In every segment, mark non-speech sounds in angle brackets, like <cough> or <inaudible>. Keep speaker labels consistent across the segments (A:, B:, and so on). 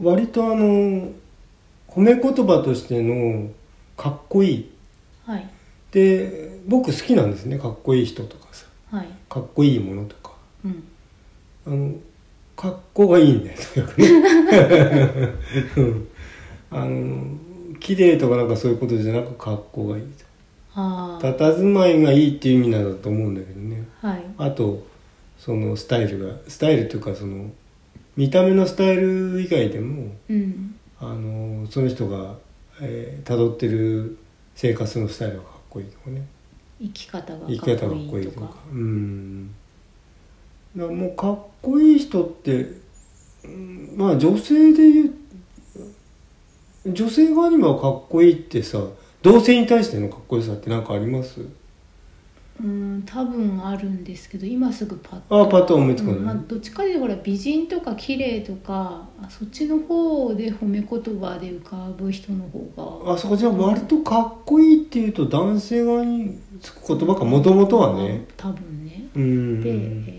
A: 割とあの褒め言葉としてのかっこいい
B: はい
A: で僕好きなんですねかっこいい人とかさ
B: はい
A: かっこいいものとか
B: うん
A: あの格好がいいんだよとにかくね <laughs> うんあの綺麗とかなんかそういうことじゃなく格好がいいと
B: ああ
A: 佇まいがいいっていう意味なんだと思うんだけどね
B: はい
A: あとそのスタイルがスタイルというかその見た目のスタイル以外でも
B: うん
A: あのその人が、えー、辿ってる生活のスタイルがかっこいいとかね
B: 生き方がかっ
A: 生き方がかっ
B: こ
A: こ
B: い
A: いい
B: いと
A: と
B: か
A: かうんだからもうかっこいい人って、うんまあ女性で言う女性側にもかっこいいってさ同性に対してのかっこよさって何かあります
B: うん多分あるんですけど今すぐパッ
A: あパッと思いつかない
B: うんまあ、どっちかというとほら美人とか綺麗とかあそっちの方で褒め言葉で浮かぶ人の方が
A: あそこじゃあ割とかっこいいっていうと男性側につく言葉かもともとはね
B: 多分ね
A: うん
B: で、え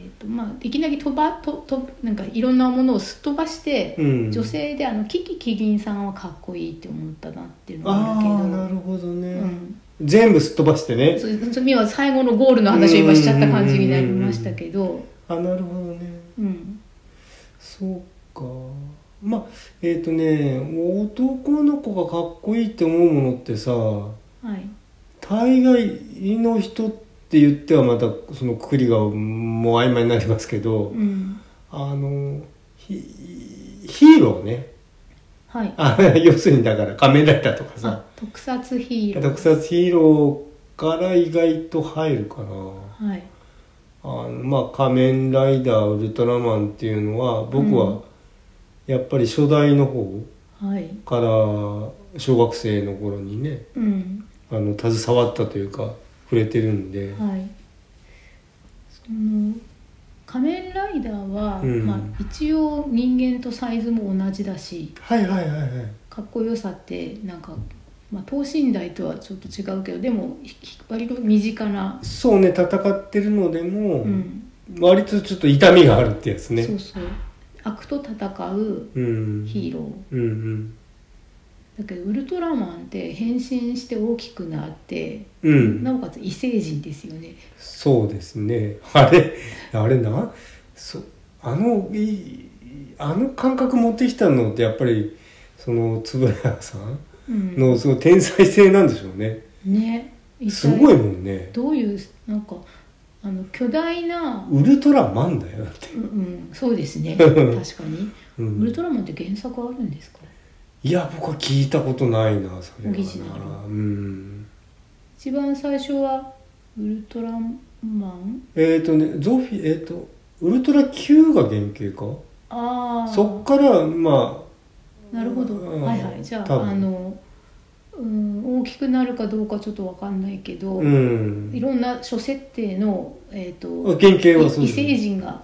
B: ーとまあ、いきなり飛ばととなんかいろんなものをすっ飛ばして、
A: うん
B: 女性であのキキキリンさんはかっこいいって思ったなっていうのがあるけど
A: ああなるほどね、
B: うん
A: 全部すっ飛ばしてね
B: そうそう今最後のゴールの話を今しちゃった感じになりましたけど、
A: あなるほどね
B: うん、
A: そうかまあえっ、とね男の子がかっこいいって思うものってさ
B: はい
A: 大概の人って言ってはまたそのくくりがもう曖昧になりますけど、
B: うん
A: あのヒヒーローね
B: はい
A: あ <laughs> 要するにだから仮面ライダーとか
B: あ
A: さ
B: 特撮ヒーロー
A: 特撮ヒーローから意外と入るかな
B: はい
A: あのまあ仮面ライダーウルトラマンっていうのは僕
B: う
A: は
B: ん
A: やっぱり初代の方、
B: はい
A: から小学生の頃にね
B: うん
A: あの携わったというか触れてるんで、
B: はいその仮面ライダーは、
A: うん
B: まあ、一応人間とサイズも同じだし
A: はい、はいはいはい
B: かっこよさってなんか、まあ、等身大とはちょっと違うけどでもひひ割と身近な、
A: そうね戦ってるのでも、
B: うん
A: 割とちょっと痛みがあるってやつね
B: そうそう悪と戦う
A: うん
B: ヒーロ
A: う
B: ー
A: んうん
B: だけどウルトラマンって変身して大きくなって
A: うん
B: なおかつ異星人ですよね
A: そうですねあれあれなそあのいあの感覚持ってきたのってやっぱりその円谷さん
B: うん
A: のその天才性なんでしょうね、
B: ね一体
A: すごいもんね
B: どういうなんかあの巨大な
A: ウルトラマンだよだって、
B: うん、うん、そうです
A: <laughs>
B: ね確かに、
A: うん
B: ウルトラマンって原作あるんですか
A: いや僕は聞いたことないなそれは
B: オリジナル
A: なうん
B: 一番最初はウルトラマン
A: えっ、ー、とねゾフィえっ、とウルトラ Q が原型か
B: ああ
A: そっからま
B: なるほど、
A: うん
B: はいはいじゃ
A: 多
B: あ
A: 分
B: あの、うん、大きくなるかどうかちょっとわかんないけ
A: あ
B: ど、
A: うん
B: いろんな諸設定の、えー、と
A: 原型はそう
B: い異
A: です
B: 星人が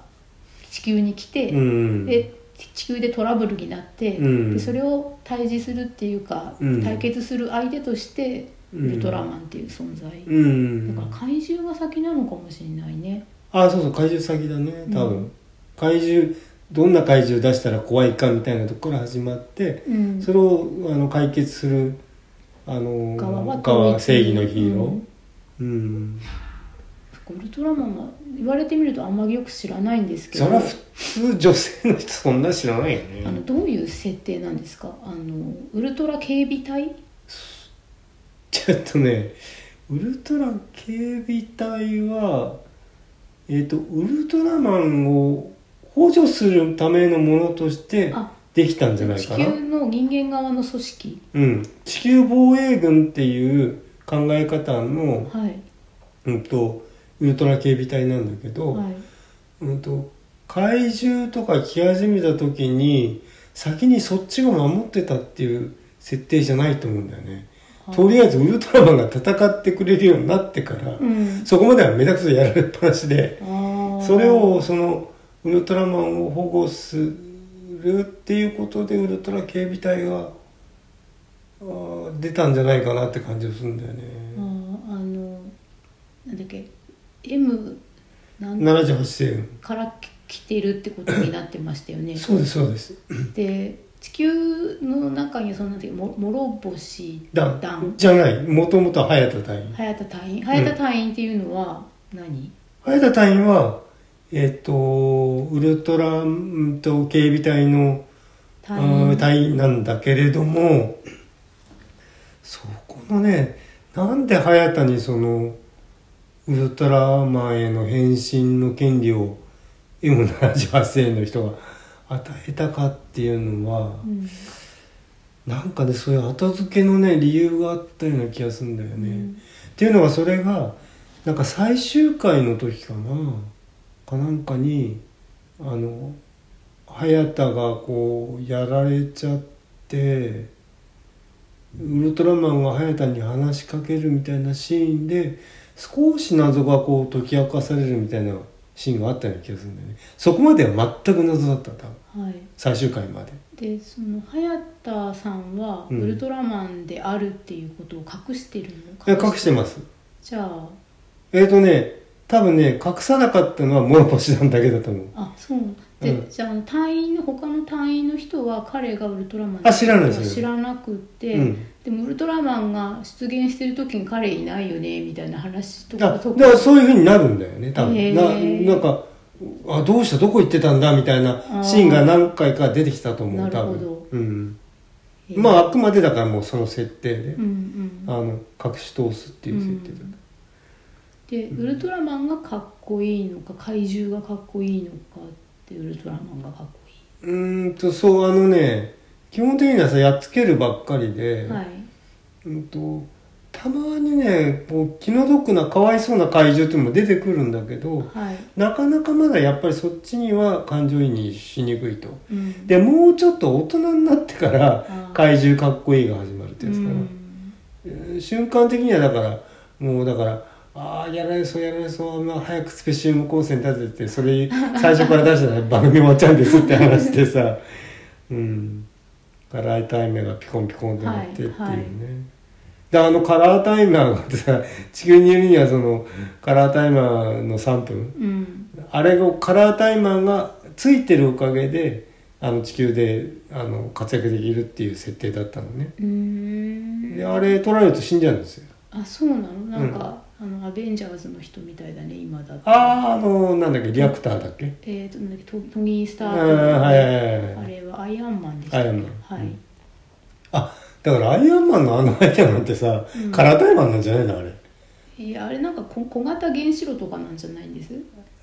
B: 地球に来て、
A: うん
B: で地球でトラブルになって、
A: うん
B: でそれを対峙するっていうか、
A: うん
B: 対決する相手としてウ
A: うん
B: ルトラマンっていう存在、
A: う
B: だ
A: ん
B: から怪獣が先なのかもしれないね
A: あそうそう怪獣先だね多分、
B: うん
A: 怪獣どんな怪獣出したら怖いかみたいなところから始まって、
B: うん
A: それをあの解決するあの
B: 側は
A: 側正義のヒー
B: う
A: ロ
B: ん
A: ーうん
B: ウルトラマンは言われてみるとあんまりよく知らないんですけど
A: そりゃ普通女性の人そんな知らないよね
B: あのどういう設定なんですかあのウルトラ警備隊
A: ちょっとねウルトラ警備隊はえっ、とウルトラマンを補助するためのものとして
B: あ
A: できたんじゃない
B: 地
A: かな
B: 球の人間側の組織
A: うん、地球防衛軍っていう考え方の、
B: はい
A: うん、とウルトラ警備隊なんだけど、
B: はい
A: うん、と怪獣とか来始めた時に先にそっちが守ってたっていう設定じゃないと思うんだよね。
B: はい
A: とりあえずウルトラマンが戦ってくれるようになってから、
B: うん
A: そこまではめちゃくちゃやられっぱなしで、
B: あー
A: それをそのウルトラマンを保護するっていうことでウルトラ警備隊があー出たんじゃないかなって感じがするんだよ
B: あ
A: ね。
B: ーあのなんだっけ M なん
A: 78世
B: から来てるってことになってましたよね
A: そうですそうです。
B: で地球の中にそのなんていうも諸星
A: だ
B: 団
A: じゃないもともと早田隊員
B: 早田隊員早田隊員っていうのは何、
A: 早田隊員はえっ、とウルトラうんと警備隊の
B: 隊
A: う
B: 員
A: ん隊員なんだけれどもそこのねなんで早田にそのウルトラマンへの変身の権利を M78 世の人が与えたかっていうのは、
B: うん
A: なんかねそういう後付けのね理由があったような気がするんだよね。
B: うん
A: っていうのはそれがなんか最終回の時かなかなんかにあの早田がこうやられちゃってウルトラマンが早田に話しかけるみたいなシーンで少し謎がこう解き明かされるみたいなシーンがあったような気がするんだよねそこまでは全く謎だった多分
B: はい
A: 最終回まで
B: でその早田さんは
A: う
B: ウ
A: ん
B: ルトラマンであるっていうことを隠してる
A: い
B: の
A: や隠してます
B: じゃあ
A: えっ、ー、とね多分ね隠さなかったのは諸星なんだけだと思う
B: あそうで、
A: うん
B: じゃあ隊員の他の隊員の人は彼がウルトラマン
A: あ知らないですよ
B: 知らなくって、
A: うん
B: でもウルトラマンが出現してる時に彼いないよねみたいな話と
A: あ
B: か
A: だか
B: と
A: らそういうふうになるんだよね多
B: へ
A: 分
B: ー
A: ななんかあどうしたどこ行ってたんだみたいなシーンが何回か出てきたと思
B: あ
A: う
B: ー
A: 多
B: なるほど
A: 分、うん、
B: えー
A: まああくまでだからもうその設定で、
B: うんう
A: あ
B: ん
A: の隠し通すっていう設定だった、
B: でウルトラマンがかっこいいのか怪獣がかっこいいのかってウルトラマンがかっこいう
A: ーんとそうあのね基本的にはさやっつけるばっかりで、
B: い、はい
A: うんとたまにねこう気の毒なかわいそうな怪獣っていうのも出てくるんだけど
B: はい
A: なかなかまだやっぱりそっちには感情移入しにくいと。
B: うん、
A: でもうちょっと大人になってから
B: あー
A: 怪獣かっこいいが始まるって
B: う
A: やつかな、
B: ん
A: えー瞬間的にはだからもうだからああやられそうやられそう、まあ、早くスペシウム光線立ててそれ最初から出したら番組終わっちゃうんですって話で
B: <laughs>
A: さうんカラータイマーがピコンピコンってなってっていうね、
B: はいはい
A: であのカラータイマーがさ地球にいるにはそのカラータイマーの3分
B: うん
A: あれをカラータイマーがついてるおかげであの地球であの活躍できるっていう設定だったのね
B: うーん
A: であれ取られると死んじゃうんですよ
B: あそうなのなんか、あのアベンジャーズの人みたいだね今だと
A: あああのなんだっけリアクターだっけ
B: えっ、ー、となんだっけトトニー・ス
A: あ
B: ター
A: あ
B: とか
A: はいはいはいは
B: あ
A: い
B: れはアイアンマンでした
A: アイアンマン
B: は
A: う
B: い、
A: んあだからアイアンマンのあのアイアンマンってさ、
B: うん
A: カラータイマーなんじゃないのあれ
B: いやあれなんか小小型原子炉とかなんじゃないんです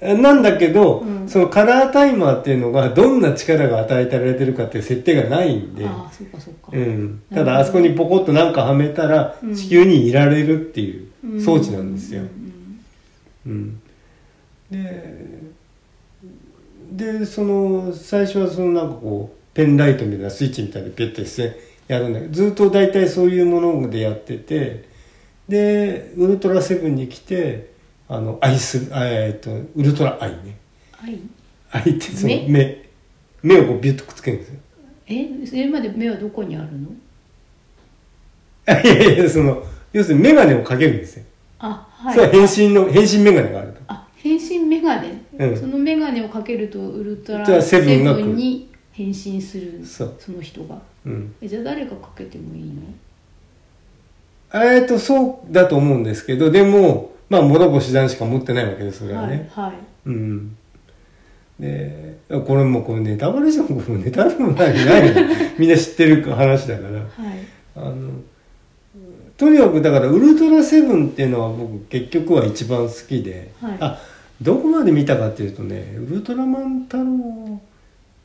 A: えなんだけど、
B: うん
A: そのカラータイマーっていうのがどんな力が与えられてるかっていう設定がないんで、
B: ああそうかそうか、
A: うん、ただあそこにポコッとなんかはめたら
B: うん
A: 地球にいられるっていうう装置なんですよ
B: う。ん
A: うん、ででその最初はそのなんかこうペンライトみたいなスイッチみたいにピュッてしてやるんだけどずっと大体そういうものでやっててでウルトラセブンに来てあの愛するあえっとウルトラ愛ね
B: はい
A: 愛ってその
B: 目
A: 目目をこうビュッとくっつけるんですよ。 <laughs>
B: えそれまで目はどこにあるの
A: いやいやその要するに眼鏡をかけるんですよ。
B: あはい
A: そう変身の変身眼鏡があると。
B: あ変身メガネ、
A: うん
B: そのメガネをかけるとウルト
A: ウルト
B: ラ
A: ラセブ
B: セ
A: ンが来る
B: ブンに変身する
A: そう
B: の人が
A: うん
B: えじゃあ誰がかけてもいいの
A: えっとそうだと思うんですけどでもまあ諸星団しか持ってないわけですそれは
B: は
A: ね、
B: いはい
A: うんでこれもうこれネタバレじゃんこれもうネタでもないないよみんな知ってる話だから
B: はい
A: あのとにかくだからウルトラセブンっていうのは僕結局は一番好きで、
B: はい
A: あどこまで見たかっていうとねウルトラマン太郎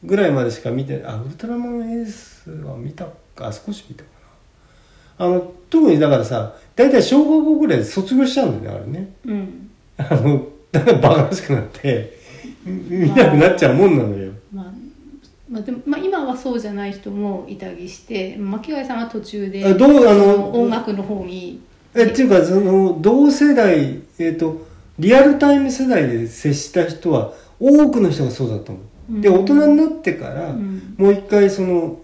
A: ぐらいまでしか見てあウルトラマンエースは見たか少し見たかなあの特にだからさ大体小学校ぐらいで卒業しちゃうんだよねあれね
B: うん
A: あのだからバカらしくなって見なくなっちゃうもんなのよ
B: まあまあでもまあ、今はそうじゃない人もいたりして巻貝さんは途中で
A: あどうあの
B: そ音楽の方に
A: えっていうかその同世代えっ、とリアルタイム世代で接した人は多くの人がそうだと思う、で
B: うん
A: 大人になってから、
B: うん
A: もう一回その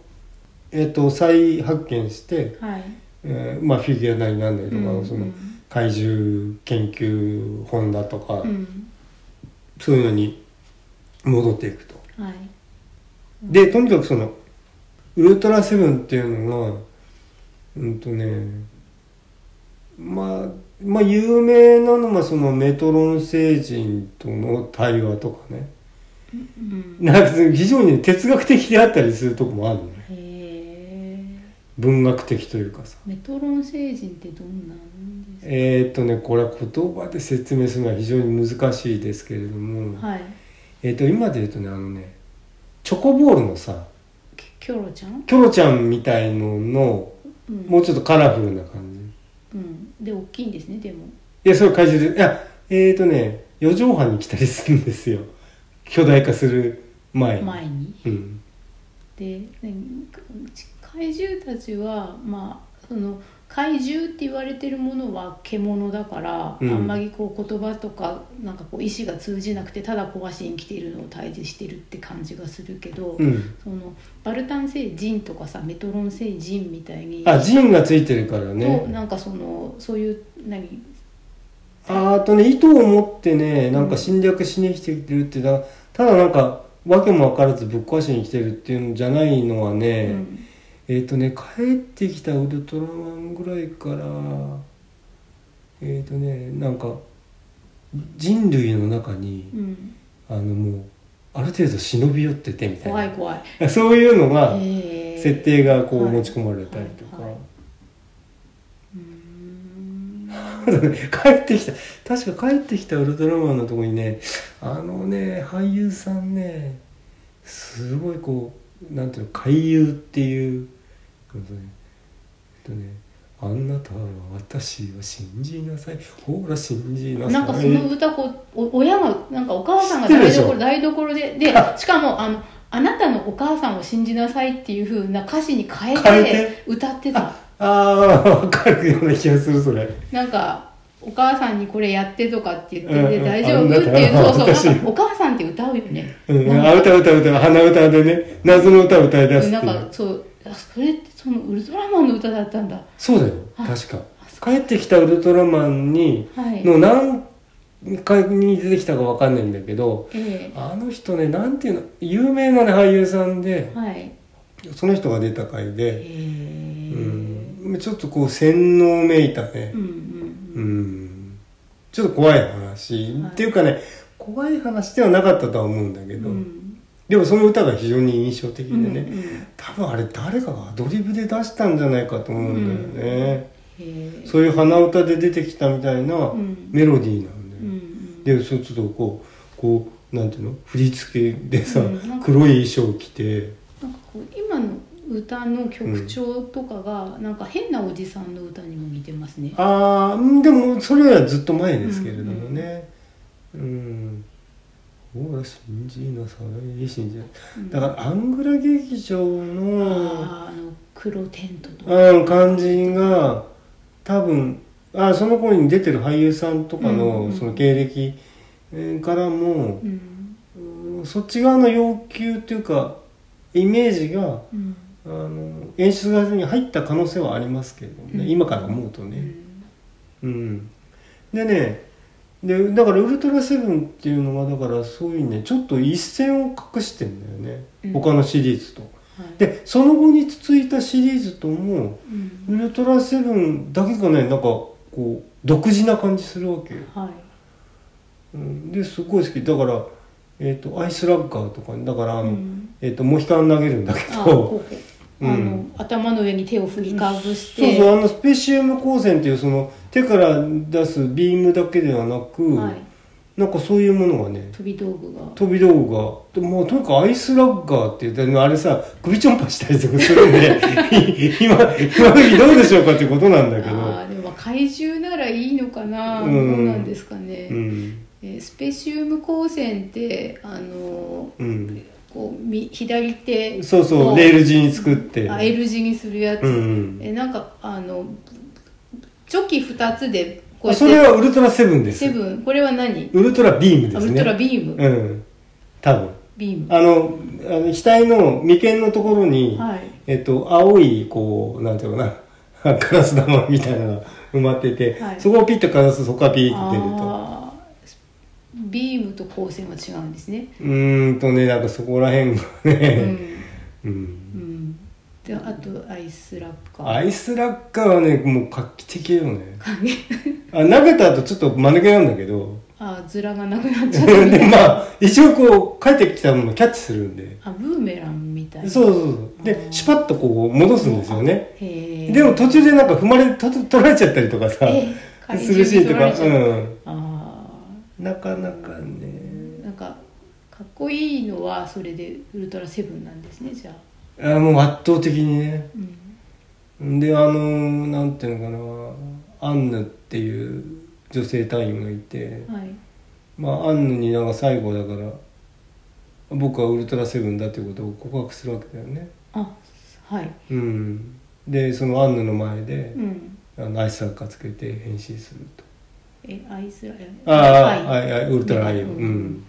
A: えっ、と再発見して、
B: はい
A: えーまあフィギュアなりなんだりとか、
B: うん
A: その怪獣研究本だとか、
B: うん
A: そういうのに戻っていくと
B: はい
A: でとにかくそのウルトラセブンっていうのがうんとねまあまあ有名なのがそのメトロン星人との対話とかね
B: うん
A: なんかその非常に哲学的であったりするとこもあるのね
B: へえ
A: 文学的というかさ
B: メトロン星人ってどんなんです
A: えー、っとねこれは言葉で説明するのは非常に難しいですけれども、
B: かはい
A: えー、っと今で言うとねあのねチョコボールのさ
B: キキョロちゃん、
A: キョロちゃんみたいのの
B: うん、
A: もうちょっとカラフルな感じ
B: うん、で大きいんですねでも
A: いや、それ怪獣で、いや、えーとね、四畳半に来たりするんですよ。 <laughs> 巨大化する前に。
B: 前に
A: うん。
B: でね怪獣たちはまあその怪獣って言われてるものは獣だから、
A: うん
B: あんまりこう言葉とかなんかこう意思が通じなくてただ壊しに来ているのを対峙してるって感じがするけど、
A: うん。
B: そのバルタン星人とかさメトロン星人みたいに
A: あ、ジンがついてるから
B: と
A: ね。
B: なんかそのそういう何
A: ああとね、意図を持ってね、なんか侵略しに来てるってだ、ただなんか、わけもわからずぶっ壊しに来てるっていうのじゃないのはね、
B: うん
A: えーとね、帰ってきたウルトラマンぐらいから、えーとね、なんか、人類の中に、
B: うん、
A: あのもう、ある程度忍び寄っててみたいな。
B: 怖い怖
A: <laughs>
B: い、
A: そういうのが
B: えー
A: 設定がこう
B: はい
A: 持ち込まれたりとか、 <laughs>
B: はいはいうーん
A: 帰ってきた確か帰ってきたウルトラマンのとこにねあのね俳優さんねすごいこうなんていうの怪優っていうえっとねえっとねあなたは私を信じなさいほら信じなさい
B: なんかその歌こうお親がなんかお母さんが
A: 知ってる
B: 台
A: でしょ
B: 所台所ででしかもあのあなたのお母さんを信じなさいっていう風な歌詞に変え
A: 変え
B: て歌ってた
A: ああ分かるような気がするそれ
B: なんかお母さんにこれやってとかって言って、
A: うん
B: で
A: うん
B: 大丈夫っ
A: あ
B: て
A: なんか
B: いうそうそう
A: 私
B: なんかお母さんって歌うよね
A: うん、あ歌歌歌鼻歌でね謎の歌を歌い出すってい
B: な
A: う
B: んかそうあそれってそのウルトラマンの歌だったんだ
A: そうだよ
B: あ
A: 確か
B: あそ
A: 帰ってきたウルトラマンに
B: はい
A: の何回に出てきたかわかんないんだけど
B: え
A: あの人ねなんていうの有名な、ね、俳優さん
B: え
A: で
B: はい
A: その人が出た回
B: え
A: で、う
B: え
A: ん、ちょっとこう洗脳めいたね
B: うん、
A: う
B: うんうん
A: ん、ちょっと怖い話、
B: はい
A: っていうかね怖い話ではなかったとは思うんだけど、
B: うん
A: でもその歌が非常に印象的で
B: うん
A: ね、
B: うん
A: 多分あれ誰かがアドリブで出したんじゃないかと思うんだよね。
B: ええ
A: そういう鼻歌で出てきたみたいな
B: うん
A: メロディーなんだ
B: うんう
A: よ、
B: ん
A: でそうするとこうこうなんていうの振り付けでさ、
B: うんなんか
A: 黒い衣装着て
B: なんかこう今の歌の曲調とかが、なんか変なおじさんの歌にも似てますね
A: ああでもそれはずっと前ですけれどもねうん、ほら信じなさい信じな
B: うん
A: だからアングラ劇場の
B: あーあの黒テントとか
A: うん感じが多分あその頃に出てる俳優さんとか
B: う
A: の
B: ん
A: その経歴えーからも
B: うん
A: うんそっち側の要求というかイメージが
B: うん
A: あの演出側に入った可能性はありますけれどもね、
B: うん
A: 今から思うと
B: う
A: ね、
B: ん
A: うんでねでだから「ウルトラセブン」っていうのはだからそういうねちょっと一線を画してんだよね、
B: うん
A: 他のシリーズと。
B: はい
A: でその後に続いたシリーズとも
B: う
A: 「
B: ん
A: ウルトラセブン」だけがねなんかこう独自な感じするわけよ。
B: はい
A: うん、ですごい好きだから、えー、とアイスラッガーとかねだからあの、
B: うん
A: えー、とモヒカン投げるんだけど
B: あこうこう
A: うん
B: あの頭の上に手を振りかぶし
A: そう
B: て
A: そうあのスペシウム光線っていうその手から出すビームだけではなく、
B: はい、
A: なんかそういうものがね
B: 飛び道具が
A: 飛び道具がでもうとにかくアイスラッガーって言ってあれさ首ちょんぱしたりとかするんで <laughs> 今今時どうでしょうかっていうことなんだけど
B: あ。ーでも怪獣ならいいのかな、
A: うん
B: どうなんですかね、
A: うん
B: えースペシウム光線ってあの
A: うん、
B: こうみ左手
A: そうそ
B: を
A: うレール地に作って
B: あ L 字にするやつ、
A: うん
B: えなんかあのチョキ2つでこう
A: それ
B: や
A: は
B: っ
A: ウルトラセブンで
B: て
A: す
B: セブンこれは何、
A: ウルトラビームで
B: あ
A: す
B: ウ
A: ね
B: ルトラビーム、
A: うん多分
B: ビーム
A: あのあの額の眉間のところに、
B: はい
A: えっと、青いこうなんていうのかな <laughs> ガラス玉みたいなのが埋まってて、
B: はい
A: そこをピッとかざすとそこがピーって出ると
B: あービームと光線は違
A: <laughs>
B: うんですね、
A: うーんとねなんかそこら辺が
B: う
A: ね
B: ん
A: うん、
B: うんであとアイスラッガー
A: アイスラッガーはねもう画期的よね
B: 影
A: あ投げた後ちょっと間抜けなんだけど
B: あズラがなくなっちゃったみた
A: で
B: いな
A: まあ一応こう帰ってきたものをキャッチするんで <laughs>
B: あブーメランみたいな
A: そうそうそうでシュパッとこう戻すんですよね
B: へえ
A: でも途中でなんか踏まれと取られちゃったりとかさ <laughs>
B: え怪
A: する
B: 獣
A: シーン
B: に
A: と
B: 取
A: か
B: られちゃう
A: うん
B: あ
A: なかなか
B: ー
A: ね
B: なんかかっこいいのはそれでウルトラセブンなんですねじゃあ、
A: あもう圧倒的にね
B: うん、
A: であのーなんていうのかなアンヌっていう女性隊員がいて、
B: はい
A: まあ、アンヌになんか最後だから僕はウルトラセブンだっていうことを告白するわけだよね
B: あはい
A: うんでそのアンヌの前で
B: う、ん
A: あのアイスラッカーつけて変身すると
B: えアイスラエ
A: ああ、
B: は
A: はいい、はいウルトラアイを
B: うん
A: うん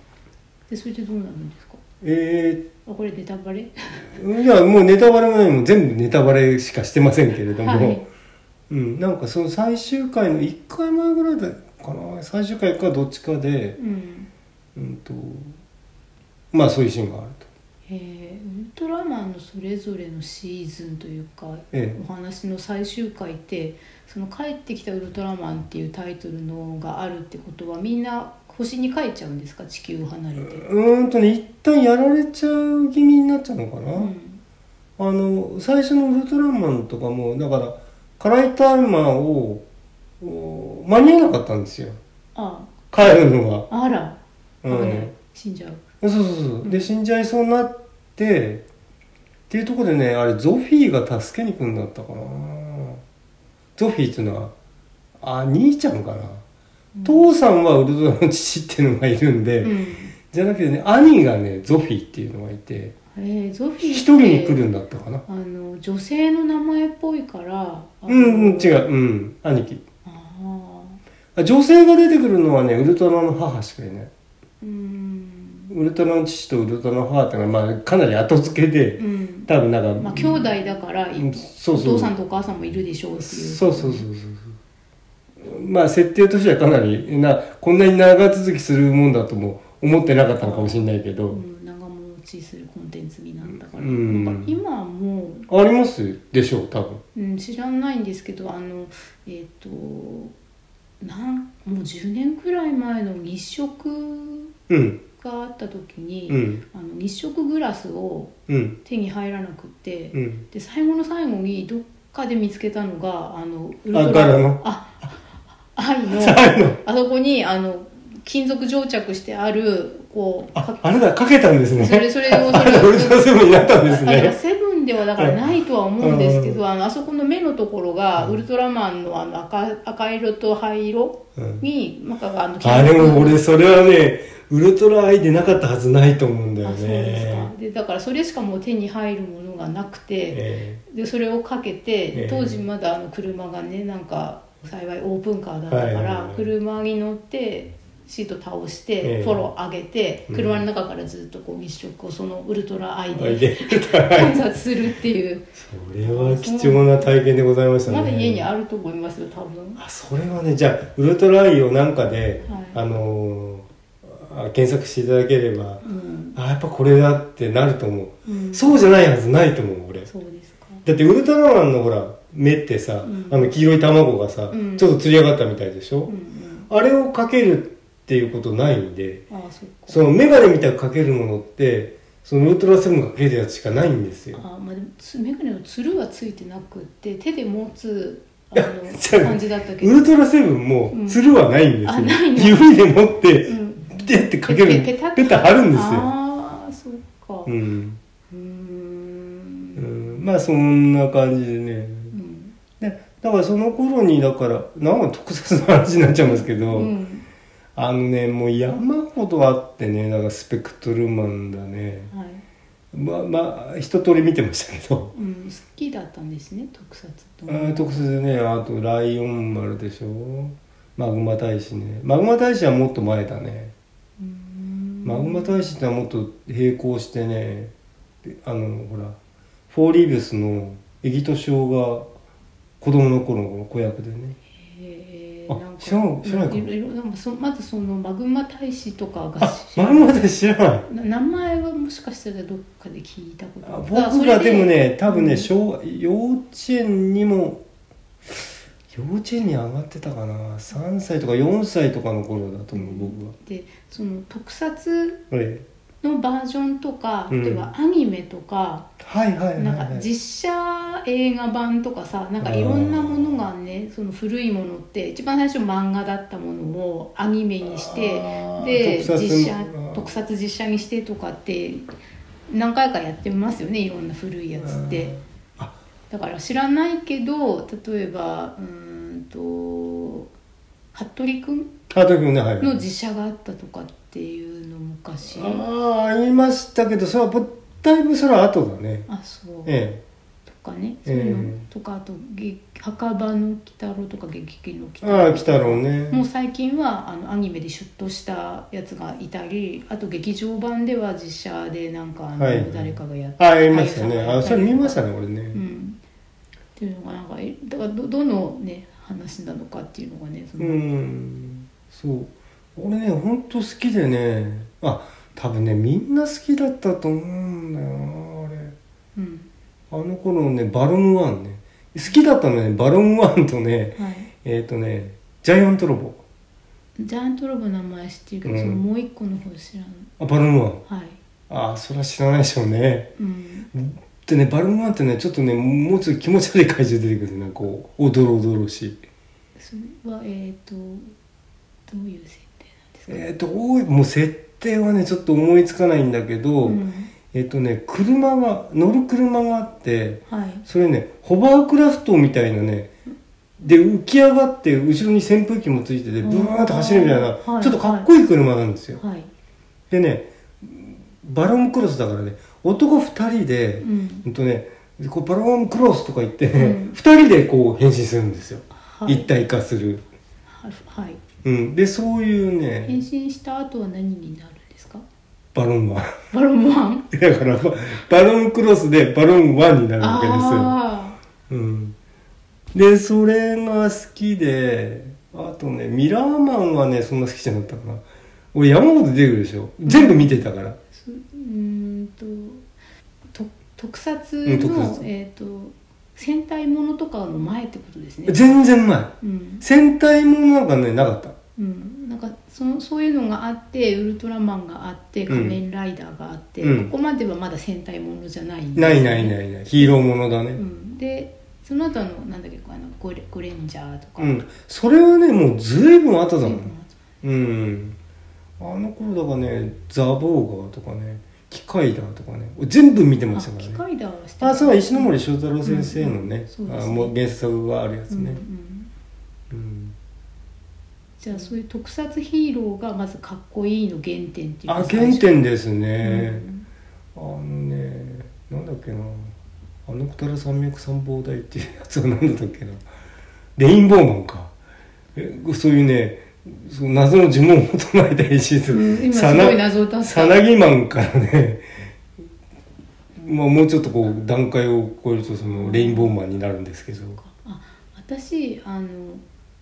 B: でそれでどうなるんですか
A: えー、
B: あこれネタバレ
A: いやもうネタバレもないもん全部ネタバレしかしてませんけれども、
B: はい
A: うん、なんかその最終回の1回前ぐらいだかな最終回かどっちかで
B: う、ん
A: うん、とまあそういうシーンがあると
B: えー、ウルトラマンのそれぞれのシーズンというか、
A: ええ
B: お話の最終回ってその「帰ってきたウルトラマン」っていうタイトルのがあるってことはみんな星に帰っちゃうんですか地球を離れて。
A: うーんとね一旦やられちゃう気味になっちゃうのかな、
B: うん
A: あの最初のウルトラマンとかもだからカライターマンをお間に合わなかったんですよ
B: あ
A: 帰るのは、
B: あら、
A: う
B: 危
A: ん
B: ない死んじゃう。
A: そうそうそう、で死んじゃいそうになってっていうところでねあれゾフィーが助けに来るんだったかなゾフィーっていうのはあ兄ちゃんかな、父さんはウルトラの父っていうのがいるんで、
B: うん
A: じゃなくてね兄がねゾフィーっていうのがいて
B: えー、ゾフィーって
A: 一人に来るんだったかな
B: あの女性の名前っぽいからあの
A: うんうん違ううん兄貴
B: あ
A: あ女性が出てくるのはねウルトラの母しかいない
B: ーうん
A: ウルトラの父とウルトラの母ってのは、まあ、かなり後付けで
B: うん
A: 多分なんか、
B: まあ兄弟だから、
A: うんそう
B: お
A: そう
B: 父さんとお母さんもいるでしょうっていう
A: そうそうそうそうそうまあ設定としてはかなりなこんなに長続きするもんだとも思ってなかったのかもしれないけど、
B: うん、長持ちするコンテンツになったから、
A: うん
B: なんか今はもう、
A: ありますでしょう多分
B: うん、知らないんですけどあのえっ、となんもう10年くらい前の日食
A: うん
B: があった時に、
A: うん
B: あの日食グラスを
A: うん
B: 手に入らなくって、
A: うん
B: で最後の最後にどっかで見つけたのがあのウ
A: あ柄の
B: あ愛の
A: あの
B: あそこにあの金属蒸着してあるこう
A: ああなたかけたんですね
B: それそれをそ
A: あ
B: れ
A: なたウルトラセブンになったんです
B: だか
A: ね
B: らセブンではだからないとは思うんですけ
A: う
B: どあのあそこの目のところがウルトラマンのあの赤赤色と灰色
A: うん
B: になんかあの
A: あでも俺それはねウルトラアイでなかったはずないと思うんだよ
B: あそうですか
A: ね
B: でだからそれしかもう手に入るものがなくて
A: え
B: でそれをかけ
A: え
B: て
A: え
B: 当時まだあの車がねなんか幸いオープンカーだったか
A: はいはいは
B: ら
A: い
B: 車に乗ってシート倒し
A: え
B: て
A: え
B: フォロー上げて
A: うん
B: 車の中からずっとこう日食をそのウルトラアイ
A: えアイ
B: で
A: で
B: 観察するっ
A: <laughs>
B: ていう
A: それは貴重な体験でございましたね
B: まだ家にあると思いますよ多分。
A: あそれはねじゃあウルトラアイをなんかで、
B: はい
A: あのーあ検索していただければ
B: うん
A: あやっぱこれだってなると思う、
B: うん
A: そうじゃないはずないと思う俺
B: そうですか。
A: だってウルトラマンのほら目ってさ、
B: うん
A: あの黄色い卵がさ、
B: うん
A: ちょっと釣り上がったみたいでしょ
B: うんう、ん。
A: あれをかけるっていうことないんで
B: ああ、そっか。
A: その眼鏡みたいにかけるものってそのウルトラセブンがかけるやつしかないんですよ
B: ああ、まあ、でも、つ、眼鏡のつるはついてなくって、手で持つ。あ
A: 違う
B: の、感じだったけ
A: ウ
B: ど。
A: ルトラセブンも
B: うん
A: つるはないんですよ、
B: あないの
A: 指で持って、
B: ん。
A: でってかける
B: ペタッ
A: ペタ貼るんですよ。
B: ああ、そっか。
A: う、
B: うんー。
A: うんん、まあそんな感じでね
B: うん。
A: でだからその頃にだからなんか特撮の話になっちゃいますけど、
B: うん。
A: あのねもう山ほどあってねだからスペクトルマンだね
B: はい。
A: まあまあ一通り見てましたけど、
B: うん、好きだったんですね、特撮と。
A: あー特撮でねあと「ライオン丸」でしょマグマ大使ねマグマ大使はもっと前だね
B: うーん。
A: マグマ大使ってのはもっと並行してねであのほらフォーリーブスのエギトショウが子供の頃の子役でね
B: へで
A: あ
B: なんか
A: 知らん知らないか
B: いろいろなんかそまずそのマグマ大使とかが
A: あマグマ大使知らない
B: な名前はもしかしたらどっかで聞いたこと
A: あ
B: だからそ
A: 僕
B: れ
A: がでもね多分ね、
B: うん
A: 小幼稚園にも幼稚園に上がってたかな3歳とか4歳とかの頃だと思う僕は
B: でその特撮
A: これ
B: のバージョンとか
A: うん
B: 例えばアニメとか、
A: はいはいはい、
B: なん
A: は
B: か
A: い、
B: 実写映画版とかさなんかいろんなものがねその古いものって一番最初漫画だったものをアニメにして
A: あー
B: で
A: 特撮の
B: 実写
A: あー
B: 特撮実写にしてとかって何回かやってますよねいろんな古いやつって。だから知らないけど例えばうーん
A: あー
B: と服部君
A: あ時もねはい
B: の実写があったとかっていうの昔あ
A: ああありましたけどそれはぼだいぶそれは後だね
B: そう、
A: え
B: とかね
A: え
B: そういうの、
A: え
B: とかあと劇墓場の鬼太郎とか劇劇の鬼
A: え
B: 太
A: ああ
B: 郎
A: 鬼太郎ね
B: もう最近はあのアニメでシュッとしたやつがいたりあと劇場版では実写でなんかあの、
A: はい
B: 誰かがやって
A: あありましたね
B: 俳優さん
A: あ
B: がやったりとか
A: それ見ましたね俺ね、
B: うん、っていうのがなんかえだからどどのね話なのかっていうのがねその、
A: うんそう俺ねほんと好きでねあ多分ねみんな好きだったと思うんだよ
B: う
A: な
B: ん
A: あれあの頃のねバルムワンね好きだったのねバルムワンとね
B: はい
A: えっ、とねジャイアントロボ
B: ジャイアントロボの名前知ってるけど、
A: うん
B: そのもう一個の方知らん
A: あバルムワン
B: はい、
A: あそれは知らないでしょうね
B: うん、
A: でねバルムワンってねちょっとねもうちょっと気持ち悪い怪獣出てくるねこうおどろおどろしい
B: それはえっ、とどういう設定なんですか、
A: えー、どういもう設定はねちょっと思いつかないんだけど、
B: うん、
A: えっ、とね車が乗る車があって
B: はい
A: それねホバークラフトみたいなねで浮き上がって後ろに扇風機もついてて
B: うん
A: ブワーンと走るみたいな、
B: はい
A: ちょっとかっこいい車なんですよ、
B: はい、
A: でねバロンクロスだからね男2人で、
B: うん
A: ほんとねこうバロンクロスとか言って、ね <laughs>
B: うん
A: 2人でこう変身するんですよ、
B: はい、
A: 一体化する、
B: はい、はい、
A: うん、でそういう
B: 変
A: ね
B: 身した後は何になるんですか
A: バロンは <laughs>
B: バロンワン
A: だからババロンクロスでバロン1になるわけですよ
B: あ
A: うん、でそれが好きであとねミラーマンはねそんな好きじゃなかったかな俺山ほど出てくるでしょ全部見てたから
B: あうーんとと特撮
A: うん特
B: の、
A: 撮
B: えっ、と戦隊ものとかの前ってことですね
A: 全然前
B: うん
A: 戦隊ものなんかねなかった
B: うん、なんかそのそういうのがあってウルトラマンがあっ
A: う
B: て
A: ん
B: 仮面ライダーがあって、
A: うん
B: ここまではまだ戦隊ものじゃないんです
A: ない
B: よね
A: ないないないヒーローものだ
B: う
A: ね
B: ん、でその後のなんだっけあのゴレゴレンジャーとか、
A: うん、それはねもう随分後だ
B: そう
A: も
B: いうんのも
A: うんあの頃だからねザ・ボーガーとかね機械だとかね全部見て
B: あ
A: ました
B: っ
A: から
B: 機
A: ね
B: 械だはして
A: あそう石ノ森章太郎先生のね,、
B: うんうんそうです
A: あ
B: ね
A: もう原作があるやつ
B: うんう
A: ね、
B: ん、
A: うん
B: じゃあそういう特撮ヒーローがまずかっこいいの原点っていうか
A: あ原点です
B: う
A: ね、
B: ん
A: あのねなんだっけなあのくたら山脈三宝台っていうやつは何だったっけなレインボーマンかえそういうねその謎の呪文を唱えたりし
B: うん、
A: ず
B: 今
A: さ
B: す
A: な
B: ごい謎を出す
A: さなぎマンからねまあもうちょっとこう段階を超えるとそのレインボーマンになるんですけど
B: あ私あの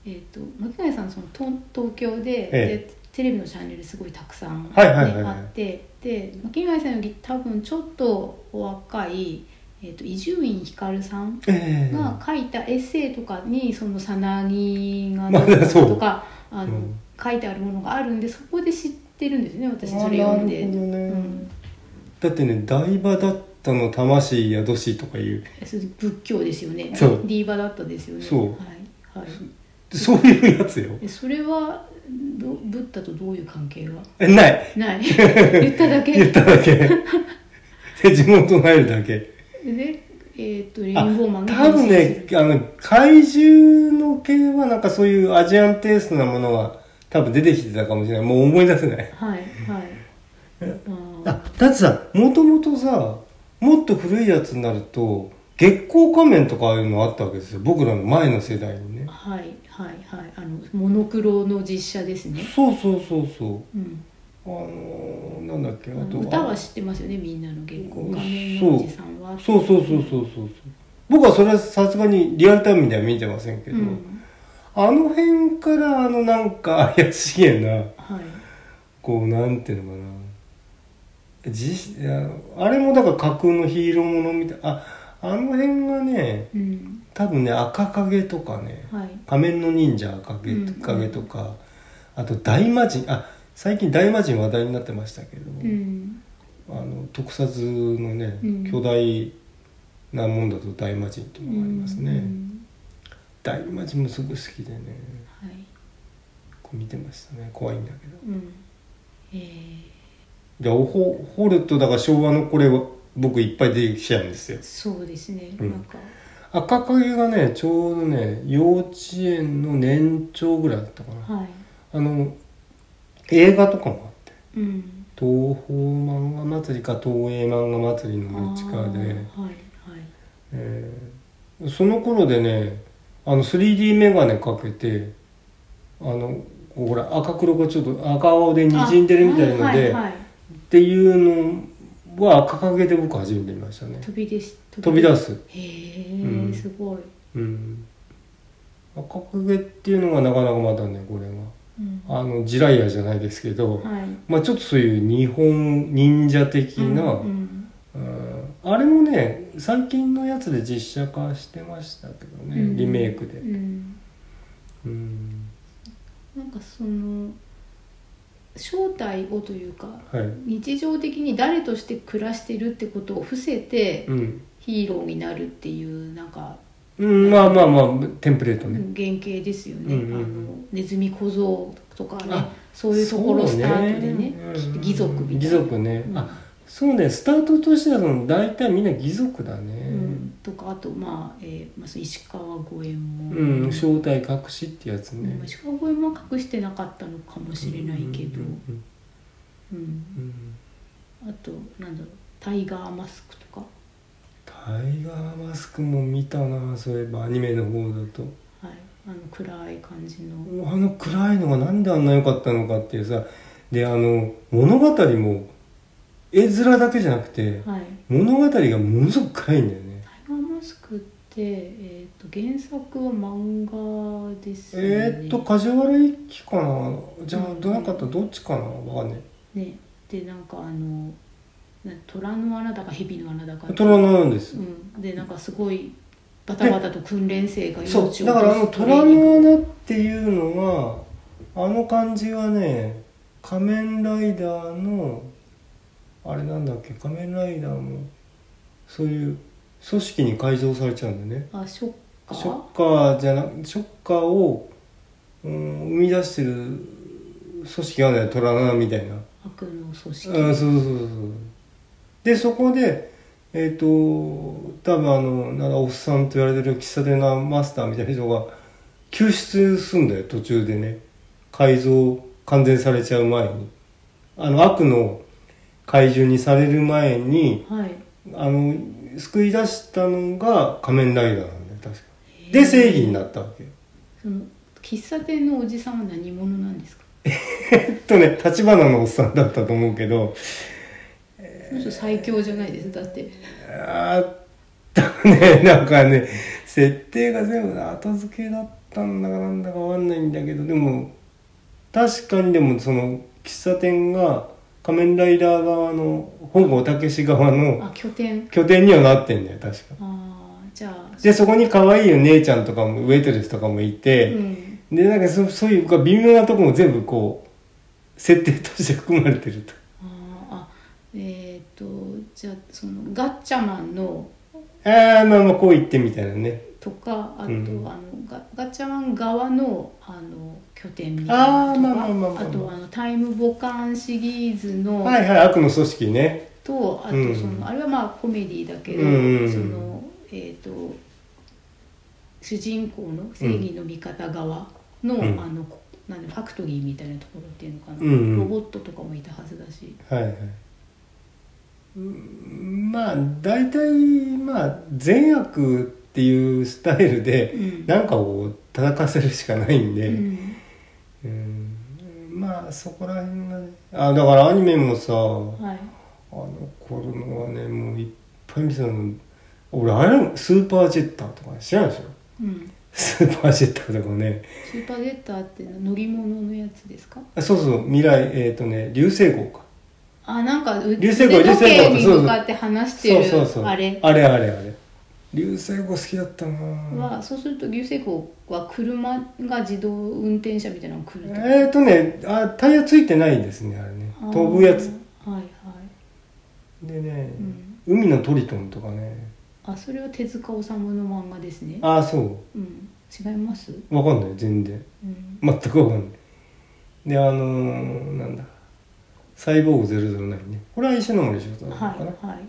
B: えっ、と巻貝さんその東東京で,、
A: え
B: でテレビのチャンネルすごいたくさん、ね
A: はいはいはいはい
B: あってで巻貝さんより多分ちょっとお若いえーと伊集院光さん
A: ええ
B: が書いたエッセイとかにそのさなぎが
A: まあ
B: どうの
A: そう
B: とかあの、
A: うん
B: 書いてあるものがあるんでそこで知ってるんですね私それ読んで。
A: あなるほどね
B: うん
A: だってね台場だったの魂宿しとかいう
B: えそれ仏教ですよね。
A: そう
B: ディーバだったですよね。
A: そう
B: はい。はい。
A: そういうやつよ
B: えそれはどブッダとどういう
A: <laughs>
B: 関係が
A: えない
B: ない
A: <laughs>
B: 言っただけ
A: 言っただけ
B: <laughs>
A: で地元をえるだけ
B: でえっ、とレイン
A: あ
B: ボーマンが
A: 多分ね
B: 変身する
A: あの怪獣の系はなんかそういうアジアンテイストなものは多分出てきてたかもしれないもう思い出せない
B: はいはいあ
A: あだってさもともとさもっと古いやつになると月光仮面とかああいうのあったわけですよ僕らの前の世代にね
B: ーはいはいはいあのモノクロの実写ですね、
A: そうそうそうそう
B: うん、
A: あのー、なんだっけあ
B: あ
A: と
B: の歌は知ってますよねみんなの原稿画面のおじさんは
A: そうそうそうそうそうそう僕はそれはさすがにリアルタイムでは見てませんけど、
B: うん、
A: あの辺からあのなんか怪しげな
B: はい
A: こうなんていうのかなじあのあれもだから架空のヒーローものみたいああの辺がね
B: うん
A: 多分ね赤影とかね
B: はい
A: 仮面の忍者赤影,、
B: うん
A: 影とかあと大魔神あ最近大魔神話題になってましたけど、
B: うん
A: あの特撮のね、
B: うん
A: 巨大なもんだと大魔神っていうのがありますね、
B: うん
A: 大魔神もすごい好きでね
B: はい
A: こう見てましたね怖いんだけど
B: うんえー
A: でおほ掘るとだから昭和のこれは僕いっぱい出てきちゃうんですよ
B: そうですね、
A: うん
B: なんか
A: 赤影がねちょうどね幼稚園の年長ぐらいだったかな
B: はい
A: あの映画とかもあって
B: うん
A: 東宝漫画祭りか東映漫画祭りの
B: あ
A: 力
B: ー
A: で、
B: はいはい
A: えーその頃でねあの 3D メガネかけてあのこうほら赤黒がちょっと赤青で滲んでるみたいなので、
B: あはいはいはい
A: っていうのは赤影で僕初めて見ましたね
B: 飛び出し
A: 飛び出
B: す
A: す、
B: へえ、
A: うん
B: すごい、
A: うん、赤影っていうのがなかなかまたねこれ
B: うん
A: があのジライアじゃないですけど、
B: はい
A: まあちょっとそういう日本忍者的な、
B: うんうん
A: うんあれもね最近のやつで実写化してましたけどね、
B: うん
A: リメイクで、
B: うん
A: うん
B: なんかその正体をというか
A: はい、
B: 日常的に誰として暮らしてるってことを伏せて
A: うん、
B: ヒーローになるっていうなんか
A: うん、まあまあまあテンプレート
B: 原
A: ね、
B: 型ですよね、
A: うんうんうん
B: あのネズミ小僧とかね
A: あ
B: そういうところスタートでね
A: そう
B: 義族みた
A: 義
B: いな、
A: 族ね、
B: うん
A: あそうねスタートとしてはその大体みんな義族だね
B: うんとかあとまあ、えーまあ、その石川五右衛門、
A: うん、正体隠しってやつね
B: うん石川五右衛門は隠してなかったのかもしれないけ
A: う
B: ど、
A: ん
B: うん
A: うんうん
B: あとなんだろうタイガーマスクとか、
A: タイガーマスクも見たなそういえばアニメの方だと
B: はい、あの暗い感じの、
A: あの暗いのがなんであんな良かったのかっていうさであの物語も絵面だけじゃなくて
B: はい、
A: 物語がものすごく暗いんだよね
B: タイガーマスクって、えー、と原作は漫画ですよね
A: えー、っと梶原一騎かなじゃあ
B: うん
A: どなかったどっちかなわかんない
B: ねでなんかあのな虎の穴だか蛇の穴だか
A: 虎の穴です
B: うん、でなんかすごいバタバタと訓練生が
A: そ
B: 命
A: う
B: を
A: だからあの
B: 落とすトレー
A: 虎
B: ニング
A: の穴っていうのはあの感じはね仮面ライダーのあれなんだっけ仮面ライダーもそういう組織に改造されちゃうんだよね
B: あショッカー
A: ショッカーじゃなショッカーを、うん、生み出してる組織があるんだよ虎の穴みたいな
B: 悪の組織、
A: うん、そうそうそうそうでそこでえっ、と多分あのなんかおっさんと言われてる喫茶店のマスターみたいな人が救出すんだよ途中でね改造完全されちゃう前にあの悪の怪獣にされる前に
B: はい
A: あの救い出したのが仮面ライダーなんだよ確かで正義になったわけ
B: その喫茶店のおじさんは何者なんですか
A: えっとね立花のおっさんだったと思うけど
B: その人最強じゃないですだって
A: あったねなんかね設定が全部後付けだったんだかなんだかわかんないんだけどでも確かにでもその喫茶店が仮面ライダー側の本郷武史側の
B: あ拠点
A: 拠点にはなってんだよ確か
B: あーじゃあ
A: でそこに可愛いお姉ちゃんとかもウェイトレスとかもいて、
B: うん
A: でなんかそそういう微妙なとこも全部こう設定として含まれてると
B: あーあえっ、とじゃあそのガッチャマンの
A: ああまあまあこう言ってみたいなね
B: とかあと、
A: うん
B: あのガガッチャマン側のあの拠点みたい
A: あ
B: な
A: ー
B: の
A: まあ
B: と
A: まあま
B: か
A: あまあ
B: あとあのタイムボカンシリーズの、
A: はいはい悪の組織ね
B: とあと
A: うん
B: その、あれはまあコメディだけ
A: う
B: ど、
A: んうんうん
B: そのえっ、と主人公の正義の味方側の、
A: うん
B: あのこなんだろうファクトリーみたいなところっていうのかな、
A: うんうん
B: ロボットとかもいたはずだし、
A: はいはいうんまあ大体まあ善悪っていうスタイル
B: う
A: で
B: ん
A: なんかを叩かせるしかないんで、
B: う
A: うん
B: ん
A: まあそこら辺がねあだからアニメもさあの
B: はい、
A: 頃のはねもういっぱい見てたの俺あれスーパージェッターとか知らないでしょ
B: うん、
A: スーパージェッターとかね
B: スーパージェッターって乗り物のやつですか
A: あそうそう未来えっ、とね流星号か
B: あなんか腕
A: 流
B: 時
A: 星群流星群
B: 計に
A: そうそう
B: 向かって話して
A: そう
B: る
A: そうそう
B: あれ
A: あれあれあれ流星号好きだったなぁ
B: はそうすると流星群は車が自動運転車みたいなのが来るとか
A: えっ、とねあタイヤついてないんですねあれね
B: あー
A: 飛ぶやつ
B: はいはい、
A: でね、
B: うん、
A: 海のトリトンとかね
B: あそれは手塚治虫の漫画ですね
A: ああそ
B: うん違います
A: うわかんない全然
B: うん
A: 全くわかんないであのー、なんだサイボーグ009ねこれは石ノ森章太郎かな、
B: はいはい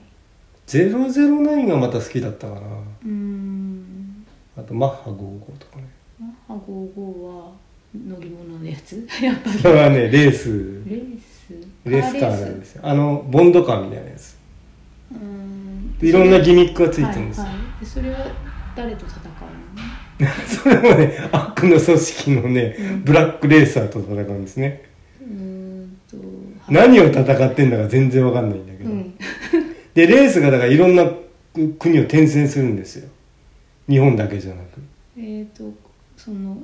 A: 009がまた好きだったかな
B: うーん
A: あとマッハ55とかね
B: マッハ55は乗り物のやつ <laughs> やっぱ
A: それはねレース
B: りレース
A: レースカーなんですよあのボンドカーみたいなやつ
B: うーん
A: でいろんなギミックがついてるんですよ、
B: はいはい、でそれは誰と戦うの
A: <laughs> それもね悪の組織のね
B: うん
A: ブラックレーサーと戦うんですね、
B: うーんと
A: 何を戦ってんだか全然わかんないんだけ
B: う
A: ど、
B: ん <laughs>
A: でレースがだからいろんな国を転戦するんですよ日本だけじゃなく
B: えっとその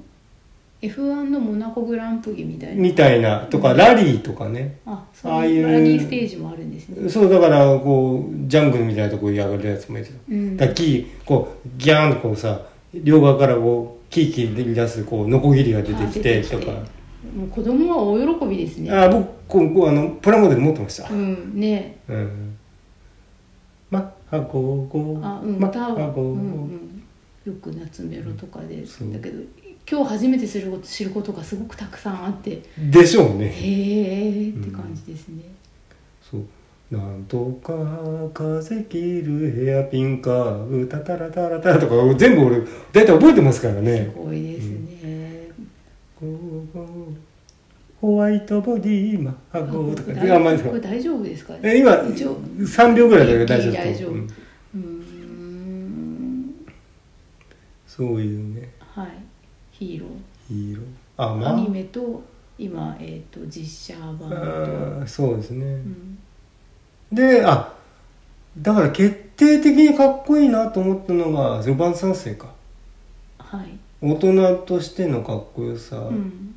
B: F1 のモナコグランプリみたいな
A: みたいなとかラリーとかね
B: あ
A: あ
B: そ
A: あ
B: う
A: い
B: いううラリーステージもあるんですね
A: そうだからこうジャングルみたいなとこに上がるやつもいてた
B: うん
A: だから木こうギャーンとこうさ両側からこうキーキーで出すこうノコギリが出てきてとか
B: もう子供は大喜びですね
A: ああ僕こうこうあのプラモデル持ってました
B: うんね
A: うんマッハゴーゴー
B: あうん
A: マッ
B: 歌
A: ハ
B: は、
A: ゴー
B: う
A: ゴー、
B: んうん、よく夏メロとかで、
A: そう
B: だけど今日初めてすること知ることがすごくたくさんあって
A: でしょうね
B: へえって感じですね、
A: そうなんとか風切るヘアピンカーブタタラタラタラとか全部俺大体覚えてますからね
B: すごいですね、
A: ゴーゴーホワイトボディーマッハゴーと
B: これ
A: か
B: 大
A: あんまり
B: これ大丈夫ですかね
A: え今
B: 一応
A: 3秒ぐらいだけど大丈夫
B: 大丈夫
A: うん
B: うーん
A: そういうね
B: はいヒーロー
A: ヒーローあまあ
B: アニメと今、えー、と実写版
A: あ
B: と、
A: ーそうですね、
B: うん、
A: であだから決定的にかっこいいなと思ったのが序盤三世か
B: はい、
A: 大人としてのかっこよさ、
B: うん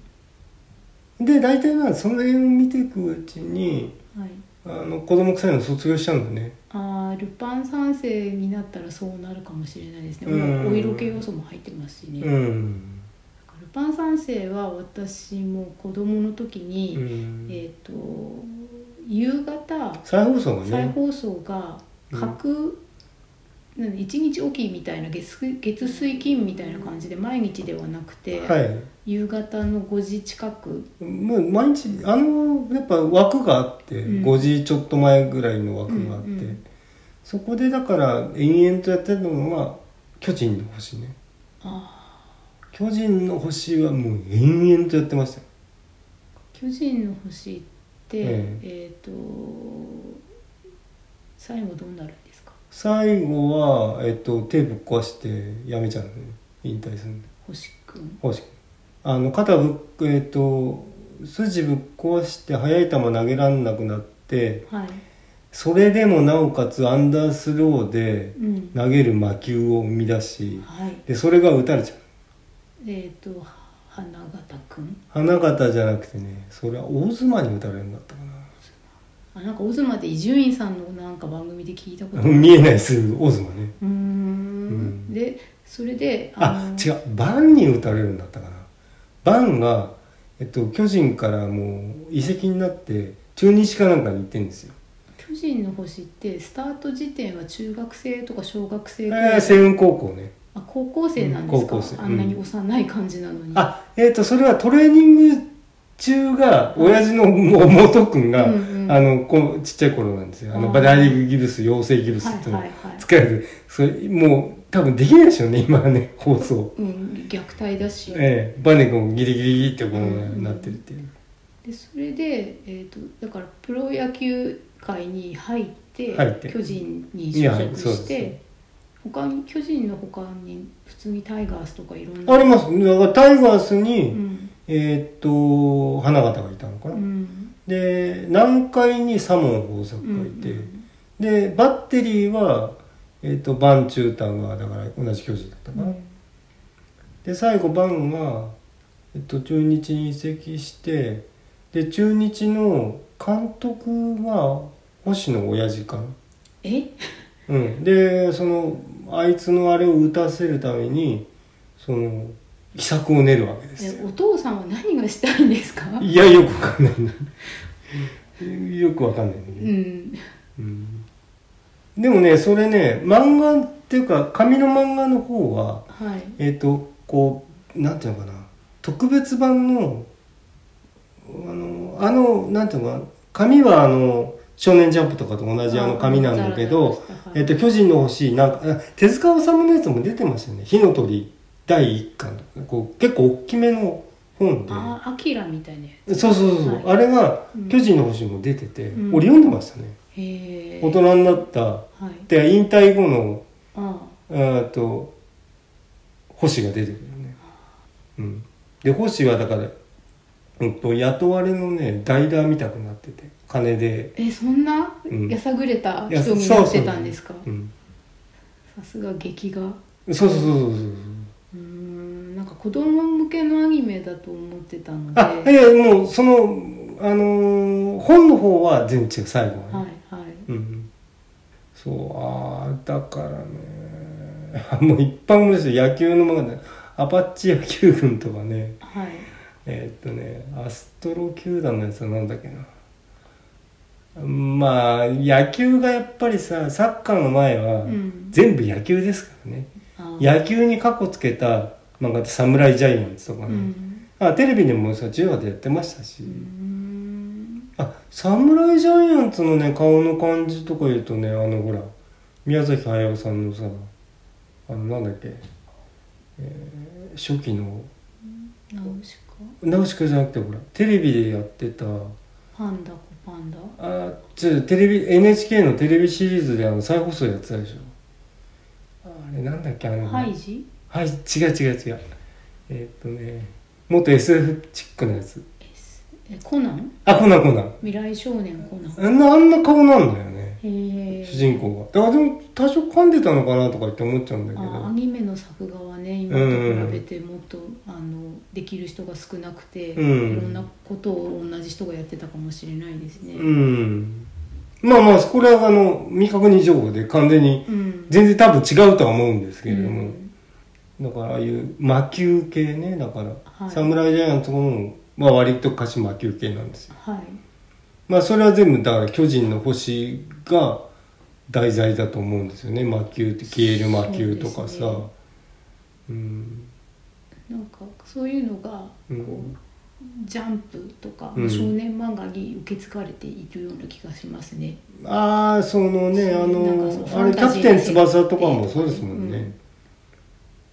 A: で大体まあその辺を見ていくうちに
B: はい、
A: あの子供臭いの卒業しちゃうんだね
B: あールパン三世になったらそうなるかもしれないですね、
A: うん
B: お色気要素も入ってますしね、
A: う
B: ル
A: ん、
B: パン三世は私も子供の時に、
A: うん
B: えっ、と夕方
A: 再放送がね
B: 再放送が
A: うん
B: 各、なんで一日おきみたいな月月水金みたいな感じで毎日ではなくて、
A: はい
B: 夕方の5時近く
A: もう毎日あのやっぱ枠があって、
B: うん
A: 5時ちょっと前ぐらいの枠があって、
B: うんうん
A: そこでだから延々とやってるのが「巨人の星ね」
B: あ
A: 巨人の星はもう延々とやってましたよ
B: ー巨人の星って、
A: え
B: えっ、と最後どうなるんですか
A: 最後は、えっと、手ぶっ壊してやめちゃうんで引退するんで
B: 星くん
A: 欲しくあの肩ぶっえっと筋ぶっ壊して速い球投げらんなくなって
B: はい、
A: それでもなおかつアンダースローで
B: うん、
A: 投げる魔球を生み出し
B: はい
A: でそれが打たれちゃう
B: えっ、と花形くん
A: 花形じゃなくてねそれは大相撲に打たれるんだったか
B: あなんかオズマで伊集院さんのなんか番組で聞いたこと
A: な <laughs>
B: ある
A: 見えないすぐ大相撲ね
B: うーん
A: うん
B: でそれで
A: あ
B: の
A: 違うバンに打たれるんだったかなバンが、えっと、巨人からもう移籍になって中日かなんかに行ってんですよ
B: 巨人の星ってスタート時点は中学生とか小学生
A: え
B: くらい
A: ー星雲高校ね
B: あ高校生なんですか、
A: うん高校生うん
B: あんなに幼い感じなのに
A: あえっ、とそれはトレーニング中が親父のも元君が、
B: うんうん
A: あのこうちっちゃい頃なんですよあの
B: あー
A: バダイリグギブス養成ギブス
B: はい
A: っていうの
B: はいはい
A: 使える、それもう多分できないでしょうね今はね放送
B: うん虐待だし、
A: ええバネ君ギリギリギリってこうなってるっていう、
B: でそれで、えー、とだからプロ野球界に入って
A: 入って
B: 巨人に
A: いや
B: 所属
A: そうです
B: して他に巨人の他に普通にタイガースとかいろんな
A: ありますだからタイガースに、
B: うん、
A: えーっと花形がいたのか
B: う
A: な、
B: ん
A: で南海に左門豊作
B: うん
A: がいて、でバッテリーは、えーっとバンチュータンがだから同じ巨人だったかな、で最後バンは、えっと、中日に移籍してで中日の監督が星野親父かな
B: え
A: うん、でそのあいつのあれを打たせるためにその秘策を練るわけです
B: え
A: よ
B: お父さんは何がしたいんですか
A: いやよくわかんない <laughs> なよくわかんないんだけ
B: う
A: ど、
B: ん
A: うんでもねそれね漫画っていうか紙の漫画の方は
B: はい
A: えっ、とこうなんていうのかな特別版のあのあのなんていうのかな紙はあの「少年ジャンプ」とかと同じあの紙なんだけど、
B: はい
A: えっと、巨人の星、なんか、あ手塚治虫のやつも出てましたよね。火の鳥第1巻とか、こう、結構大きめの本で。
B: あアキラみたいなやつ
A: そうそうそうそう、
B: はい
A: あれが
B: うん
A: 巨人の星も出てて、
B: うん
A: 俺読んでましたね。
B: へえ
A: 大人になった、
B: はい
A: で、引退後の、
B: あ
A: えっと、星が出てくるね。うん。で、星はだから、うんと、雇われのね、代打みたくなってて、金で。
B: えそんな
A: うん
B: やさぐれた
A: いや
B: 人になってたんですか
A: そうそううん
B: さすが劇画う
A: そうそうそうそうそうそう。
B: ーんなんか子供向けのアニメだと思ってたので
A: あいやもうその、あのー本の方は全然違う最後はね、
B: はいはい
A: うん、そうあーだからね <laughs> あもう一般無ですよ野球の漫画でアパッチ野球軍とかね
B: はい
A: えーっとねアストロ球団のやつはなんだっけなまあ野球がやっぱりさサッカーの前は
B: うん
A: 全部野球ですからね、
B: あ
A: 野球に過去つけた漫画って「サムライジャイアンツ」とか
B: う
A: ね、
B: ん
A: あテレビでもさ10話でやってましたし、
B: うーん
A: あサムライジャイアンツのね顔の感じとか言うとねあのほら宮崎駿さんのさあのなんだっけ、えー初期の
B: ナウシカ
A: ナウシカじゃなくてほらテレビでやってた
B: パンダコパンダ
A: あちょテレビ NHK のテレビシリーズであの再放送やってたでしょあれなんだっけあの
B: ハイジ
A: はい違う違う違うえーっとねもっと SF チックなやつ
B: S えコナン
A: あコナンコナン
B: 未来少年コナン
A: あんなあんな顔なんだよね
B: へえ
A: 主人公があでも多少噛んでたのかなとかって思っちゃうんだけ
B: あア
A: ど
B: ニメの作画はね今と比べてもっと、あのできる人が少なくて、
A: うん
B: いろんなことを同じ人がやってたかもしれないですね。
A: うんまあまあこれはあの未確認情報で完全に
B: うん
A: 全然多分違うとは思うんですけれど
B: う
A: も、
B: ん
A: だからああいう魔球系ねだから、
B: はい
A: 侍ジャイアンツも、まあ、割と歌詞魔球系なんですよ
B: はい
A: まあそれは全部だから巨人の星が題材だと思うんですよね魔球って消える魔球とかさ
B: そうですね
A: うん
B: なんかそういうのが、
A: うん
B: こうジャンプとか、
A: うん
B: 少年漫画に受け継がれているような気がしますね。
A: ああそのねあ
B: なんかそ
A: の
B: う
A: あれ「キ
B: ファン
A: ャ
B: タジ
A: プ
B: ー
A: テン翼」とかもそうですもん
B: う
A: ね
B: ん、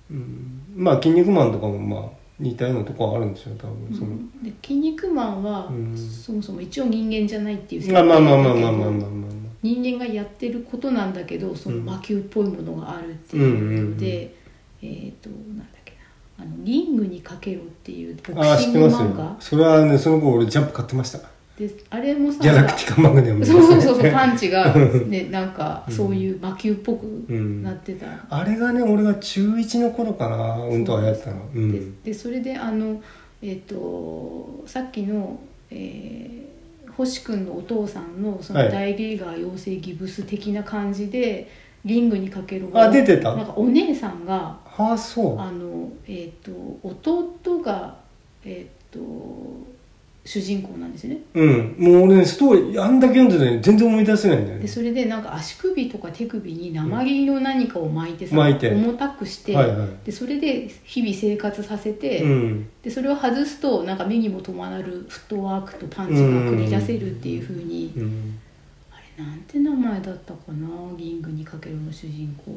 A: うんまあ「筋肉マン」とかもまあ似たようなとこはあるんでしょう多分その、
B: うんで筋肉マンは、
A: うん
B: そもそも一応人間じゃないっていう設定
A: まあまあまあまあまあまあまあ
B: だけど
A: まあ
B: 人間がやってることなんだけどその魔球っぽいものがあるっていうので、えっ、となんだっけなあのリングにかけろっていうボ
A: ああ
B: ク
A: ー
B: シ
A: 知っ
B: ン
A: て
B: グ
A: ます
B: 漫
A: よ
B: 画
A: それはねその子俺ジャンプ買ってました
B: であれもさ
A: ギャラクティカマグネム
B: <laughs> そうそうそう
A: う
B: そうパンチが、ね、なんかそういう魔球っぽく
A: ん
B: なってた、
A: あれがね俺が中1の頃かなうんとはやったのう
B: で
A: ん
B: でそれであのえっ、とさっきの、えー星君のお父さんのそ
A: は
B: の
A: い
B: 大リーガー養成ギブス的な感じで、リングにかける
A: あ出てた
B: なんかお姉さんが
A: ああそう
B: あのえっ、と弟がえっ、と主人公なんですよね
A: うんもう俺ねストーリーあんだけ読んでたのに全然思い出せないんだよ
B: で
A: ね
B: それでなんか足首とか手首に鉛の何かを巻いてさ、
A: 巻いて
B: 重たくして、
A: はいはい
B: でそれで日々生活させて、
A: うん
B: でそれを外すとなんか目にも留まらるフットワークとパンチが繰り出せるっていう風に、
A: うん
B: あれなんて名前だったかなリングにかけるの主人公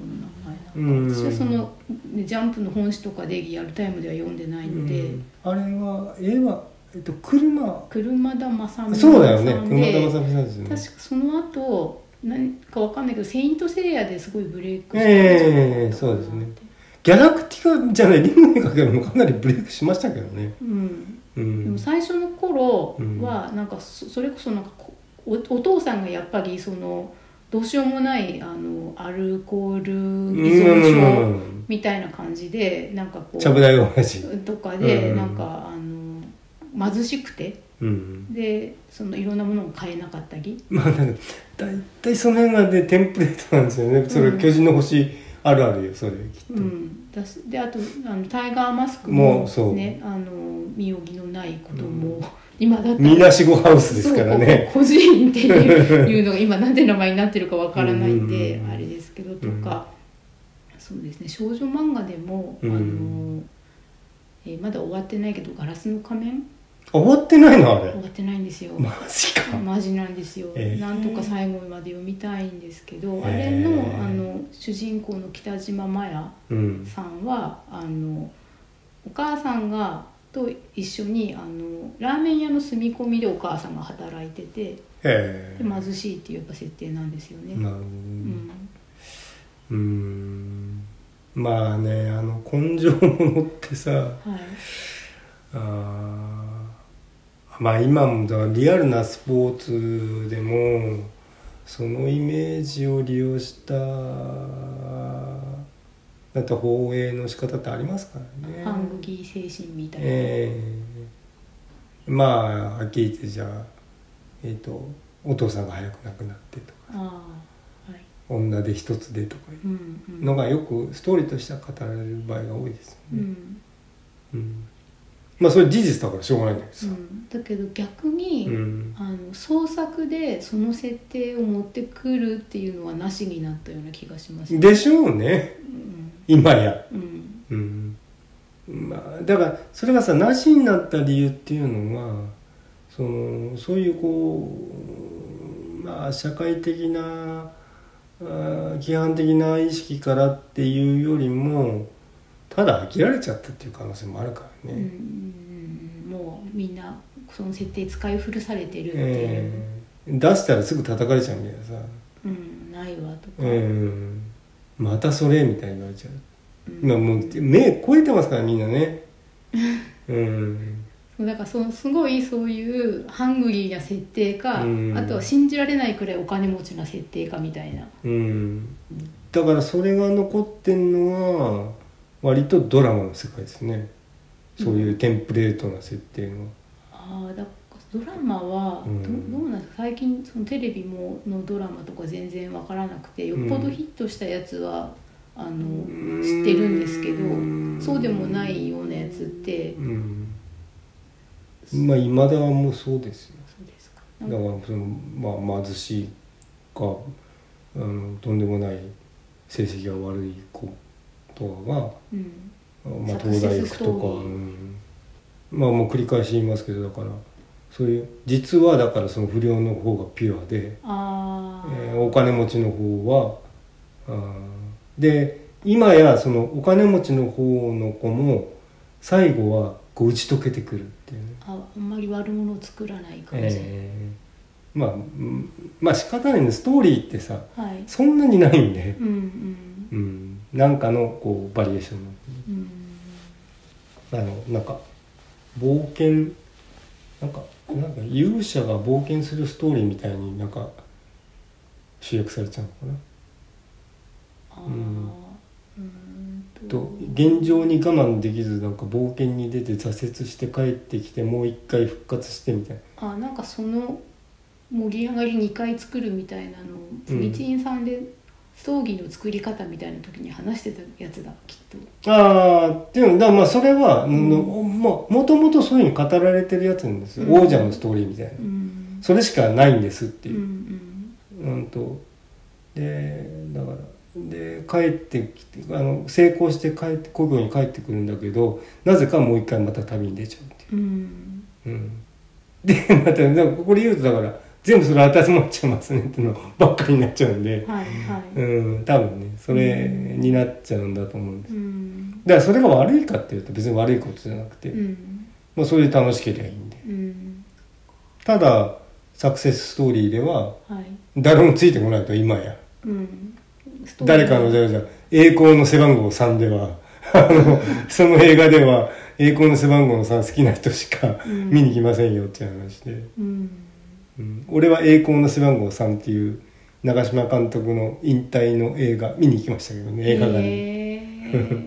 B: の名前
A: う
B: なん
A: ん
B: か、私はその、ね、ジャンプの本誌とかでリアルタイムでは読んでないので。
A: うんあれは絵は、えっと、車
B: 車田正美さん
A: そうだよね
B: で
A: 車田正美さんですよね
B: 確かその後何かわかんないけど「セイント・セイヤ」ですごいブレイクしたんじゃなかったかなって
A: ええそうですねギャラクティカじゃないリングにかけるもかなりブレイクしましたけどね
B: うん、
A: う
B: でも
A: ん
B: 最初の頃はなんかそそれこそなんかこおお父さんがやっぱりそのどうしようもないあのアルコール依存
A: う
B: 症
A: んうん
B: みたいな感じでなんかこ
A: ちゃぶ
B: う
A: 台親父
B: と
A: う
B: か
A: んう
B: で
A: ん
B: なんかあの貧しくて
A: うん
B: でそのいろんなものを買えなかったり
A: まあなんか大体その辺がねテンプレートなんですよねそれ、
B: うん
A: 巨人の星あるあるよそれきっと、
B: うん、だしであとあのタイガーマスク
A: も
B: も
A: うそう
B: ねあの身よぎのないことも、 <laughs> 今だったら
A: みなしごハウスですからね
B: そうこう個人っていういう
A: <laughs>
B: のが今なんて名前になってるかわからないんで、
A: うんうんうん
B: あれですけどとか、そうですね少女漫画でも、
A: うん
B: あのえーまだ終わってないけど「ガラスの仮面」
A: 終わってないのあれ
B: 終わってないんですよ。
A: マジか、
B: マジなんですよ、
A: えー
B: なんとか最後まで読みたいんですけど、
A: えー
B: あれのあの主人公の北島麻也
A: うん
B: さんはあのお母さんがと一緒にあのラーメン屋の住み込みでお母さんが働いてて
A: へえ
B: で貧しいっていうやっぱ設定なんですよね。
A: なるほどね
B: うん
A: うーんまあねあの根性ものってさ
B: はい、
A: あーまあ今もだからリアルなスポーツでもそのイメージを利用したなんか放映の仕方ってありますからね。
B: 反抗期精神みたいな、
A: ええまあはっきり言ってじゃあ、えー、とお父さんが早く亡くなってとか
B: ああはい
A: 女で一つでとかいう
B: うんうん
A: のがよくストーリーとしては語られる場合が多いです
B: う
A: よね、
B: ん
A: うんまあそれ事実だからしょうがないんだけど
B: う
A: さ、
B: ん、だけど逆に、
A: うん
B: あの創作でその設定を持ってくるっていうのはなしになったような気がします、
A: でしょうね
B: うん
A: 今や、
B: うん
A: うんまあ、だからそれがさなしになった理由っていうのはそのそういうこう、まあ、社会的なあー規範的な意識からっていうよりもただ飽きられちゃったっていう可能性もあるから
B: う
A: ね。
B: んうん、もうみんなその設定使い古されてるってい
A: え
B: う、
A: ー出したらすぐ叩かれちゃうみたいなさ、
B: うん、ないわとか、
A: うん、またそれみたいに言われちゃう
B: うん
A: 今もう目超えてますからみんなねうん
B: そうだからそのすごいそういうハングリーな設定か、
A: うん
B: あとは信じられないくらいお金持ちな設定かみたいな、
A: うんだからそれが残ってんのは割とドラマの世界ですねそういうテンプレートな設定の、
B: ああだからドラマはど,、
A: うん
B: どうなんですか最近そのテレビものドラマとか全然わからなくてよっぽどヒットしたやつは、
A: う
B: あの
A: ん
B: 知ってるんですけどそうでもないようなやつって
A: うんまあ今田はもうそうですよ
B: そうですかな
A: だ
B: ん
A: から
B: か
A: その、まあ、貧しいかあのとんでもない成績が悪い子とかが
B: うん
A: まあ、
B: サクセ
A: 東
B: ス
A: 大行くと
B: ストー
A: か、
B: リー
A: うんまあもう繰り返し言いますけどだからそういう実はだからその不良の方がピュアで、
B: ああ、
A: えーお金持ちの方はあーで今やそのお金持ちの方の子も最後はこう打ち解けてくるっていうね、
B: ああんまり悪者を作らない感じ、
A: えーまあうんまあ仕方ないんでストーリーってさ
B: はい
A: そんなにないんで、
B: うんうん
A: うん、なんかのこうバリエーションの。
B: うん
A: あのなんか冒険なんかなんか勇者が冒険するストーリーみたいになんか集約されちゃうのか
B: ああ
A: うん
B: うん
A: なと現状に我慢できずなんか冒険に出て挫折して帰ってきてもう一回復活してみたいな
B: あなんかその盛り上がり2回作るみたいなのを
A: うん
B: ミチンさんで葬儀の作り方みたいな時に話してたやつだきっと
A: ああっていうのだからまあそれは、
B: ん
A: のももともとそういうふうに語られてるやつなんですよ、
B: うん
A: 王者のストーリーみたいな
B: うん
A: それしかないんですって
B: う
A: い
B: ん
A: う、うんとでだからで帰ってきてあの成功して帰って故郷に帰ってくるんだけどなぜかもう一回また旅に出ちゃうって
B: うんうん
A: いう、うん、でまたでもここで言うとだから全部それ当てはまっちゃいますねっていうのばっかりになっちゃうんで、
B: はいはい、
A: うん、多分ねそれになっちゃうんだと思うんです、
B: うん
A: だからそれが悪いかっていうと別に悪いことじゃなくて、
B: うん
A: まあ、それで楽しければいいんで
B: うん
A: ただサクセスストーリーでは
B: はい
A: 誰もついてこないと今や。
B: うんストーリー
A: 誰かのじゃあじゃあ栄光の背番号3ではあのその映画では栄光の背番号の3好きな人しか
B: うん
A: 見に来ませんよっていう話で、
B: うん
A: うん俺は栄光の背番号3っていう長嶋監督の引退の映画見に行きましたけどね映画館に、
B: へええ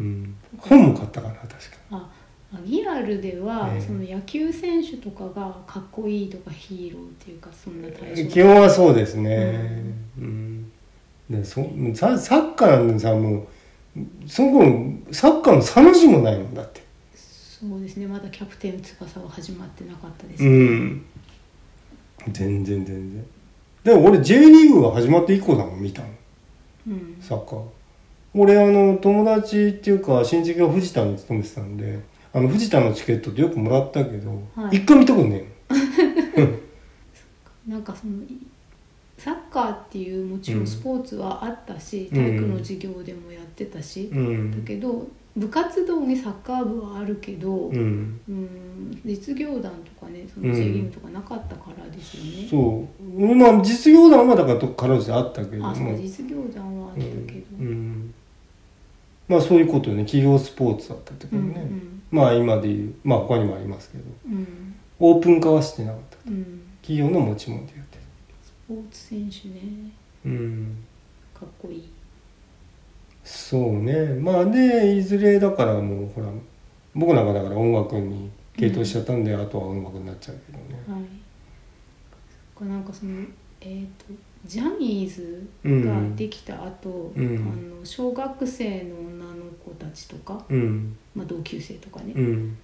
A: うん、本も買ったかな確か
B: あアギラルでは、
A: ええ
B: その野球選手とかがかっこいいとかヒーローっていうかそんな対象
A: 基本はそうですね、うんでそササッカーなんてさもうそこサッカーのサの字もないもんだって
B: そうですねまだキャプテン翼は始まってなかったです、
A: うん全然全然でも俺 J リーグが始まって以降だもん見たの
B: うん
A: サッカー俺あの友達っていうか親戚が藤田に勤めてたんであの藤田のチケットってよくもらったけど、
B: はい
A: 一回見たことね
B: なんかそのいサッカーっていうもちろ
A: うん
B: んスポーツはあったし、
A: うん
B: 体育の授業でもやってたし、
A: えのうん
B: だけど部活動にサッカー部はあるけど、う、
A: うんん
B: 実業団とかねそ
A: うん
B: のチームとかなかったからですよね、
A: そうまあ実業団はだからどっからであったけれども
B: あそう実業団はあったけど、
A: うんうんまあそういうことよね企業スポーツだったってことね、
B: うん
A: まあ今でいうまあ他にもありますけど
B: うんうん
A: オープン化はしてなかった
B: うん
A: 企業の持ち物でやって
B: スポーツ選手ね
A: るうん
B: かっこいい
A: そうねまあでいずれだからもうほら僕なんかだから音楽に傾倒しちゃったんで、あとは音楽になっちゃうけどね
B: はいそっかなんかそのえっ、とジャニーズ
A: うん
B: ができた後、
A: うん
B: あの小学生の女の子たちとか、
A: うん
B: まあ、同級生とかね、
A: うん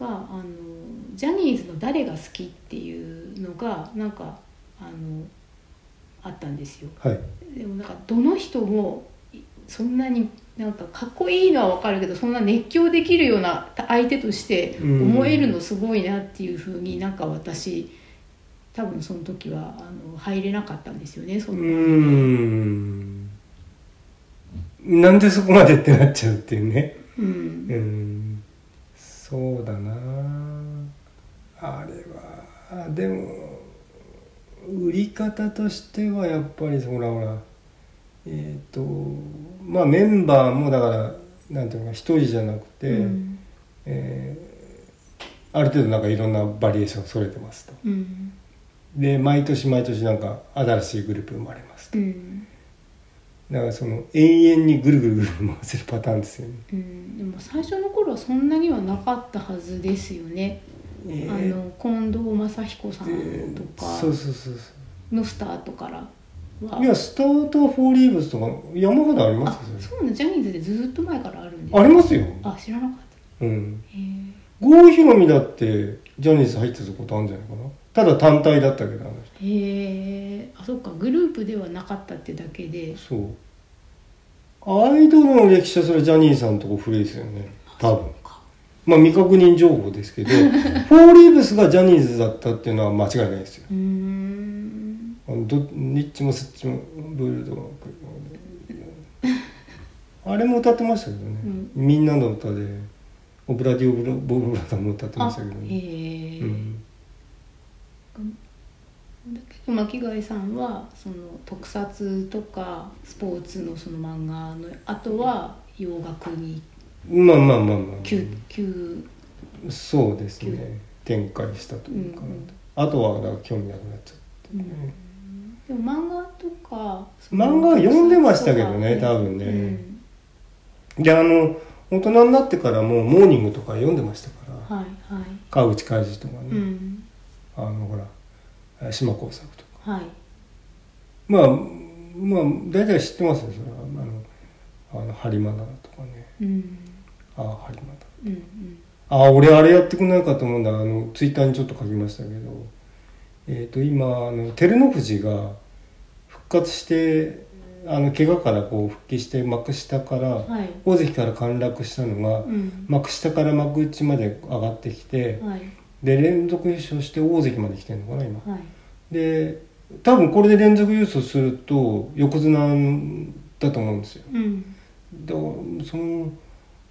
B: があのジャニーズの誰が好きっていうのがなんかあのあったんですよ
A: はい
B: でもなんかどの人もいそんなになんかかっこいいのはわかるけどそんな熱狂できるような相手として
A: うん
B: 思えるのすごいなっていうふうになんか私多分その時はあの入れなかったんですよねそうの、
A: んなんでそこまでってなっちゃうっていうね
B: うん
A: うんそうだなあれはでも売り方としてはやっぱりほらほらえっ、とまあメンバーもだからなんていうのか一人じゃなくて、
B: うん
A: えーある程度なんかいろんなバリエーション揃えてますと
B: うん
A: で毎年毎年なんか新しいグループ生まれますと
B: うん
A: だからその永遠にぐるぐるぐる回せるパターンですよね
B: うんでも最初の頃はそんなにはなかったはずですよね、
A: え
B: あ
A: ー
B: の近藤真彦さんとか
A: そうそうそうそう
B: のスタートからはい
A: や、スタートフォーリーブスとか、山ほどありま
B: あ
A: すよ。そ
B: そうなのジャニーズでずっと前からあるんです
A: れありますよ。
B: あ知らなかった
A: うん。
B: へえ
A: 郷ひろみだって、ジャニーズ入ってたことあるんじゃないかな。ただ単体だったけど、あの
B: へえあそっかグループではなかったってだけで
A: 人。そう。アイドルの歴史はそれジャニーさんとこ古いですよね。多分。
B: か
A: まあ未確認情報ですけど、フォーリーブスがジャニーズだったっていうのは間違いないですよ。
B: うーん
A: あのどニッチもスッチもブルードもあれも歌ってましたけどね、
B: うん
A: みんなの歌でオブラディオブラボブラザも歌ってま
B: あ
A: したけど
B: へ
A: ね、
B: え、
A: うん、
B: だけど巻貝さんはその特撮とかスポーツのその漫画のあとは洋楽に
A: まあまあまあま
B: 急
A: あ
B: 急
A: そうですね展開したというかなと、
B: うん
A: あとはなんか興味なくなっちゃって、
B: うん
A: ね
B: でも漫画とか
A: 漫画は読んでましたけどね
B: うん
A: 多分ね
B: うん
A: であの大人になってからもうモーニングとか読んでましたから、
B: はいは
A: 川口海二とかね、
B: いうん
A: あのほら島耕作とか
B: はい
A: まあまあ大体知ってますよそれはあのあのハリマナとかね
B: うん
A: ああハリマナ
B: うんうん
A: ああ俺あれやってくんないかと思うんだあのツイッターにちょっと書きましたけどえっ、と今あの照ノ富士が復活してあの怪我からこう復帰して幕下から
B: はい
A: 大関から陥落したのが
B: うん
A: 幕下から幕内まで上がってきて
B: はい
A: で連続優勝して大関まで来てるのかな今
B: はい
A: で多分これで連続優勝すると横綱だと思うんですよ
B: うん
A: だからその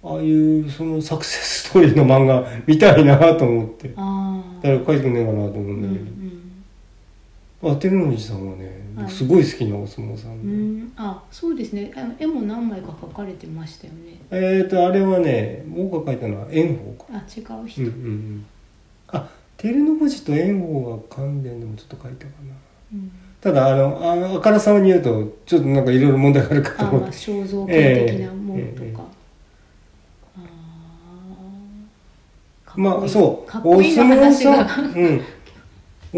A: ああいうそのサクセスストーリーの漫画見たいなと思って
B: ああ
A: 誰か書いてくんねえかなと思う
B: うんんう
A: だけど、
B: ん
A: あ照ノ富士さんはね、
B: はい
A: すごい好きなお相撲さ
B: う
A: で、
B: んんあそうですねあの絵も何枚か描かれてましたよね
A: えっ、とあれはね僕が書いたのは炎鵬か
B: あ違う
A: う
B: 人
A: んうんうんあ照ノ富士と炎鵬が関連でもちょっと書いたかな
B: うん
A: ただあのあのあからさまに言うとちょっとなんかいろいろ問題があるかと
B: あ
A: 思っ
B: ま
A: て
B: あ肖像権的な思うと
A: ええ
B: か、ああー
A: まあそう
B: かっこいいの
A: お
B: 話
A: 相撲
B: が
A: さん、うん、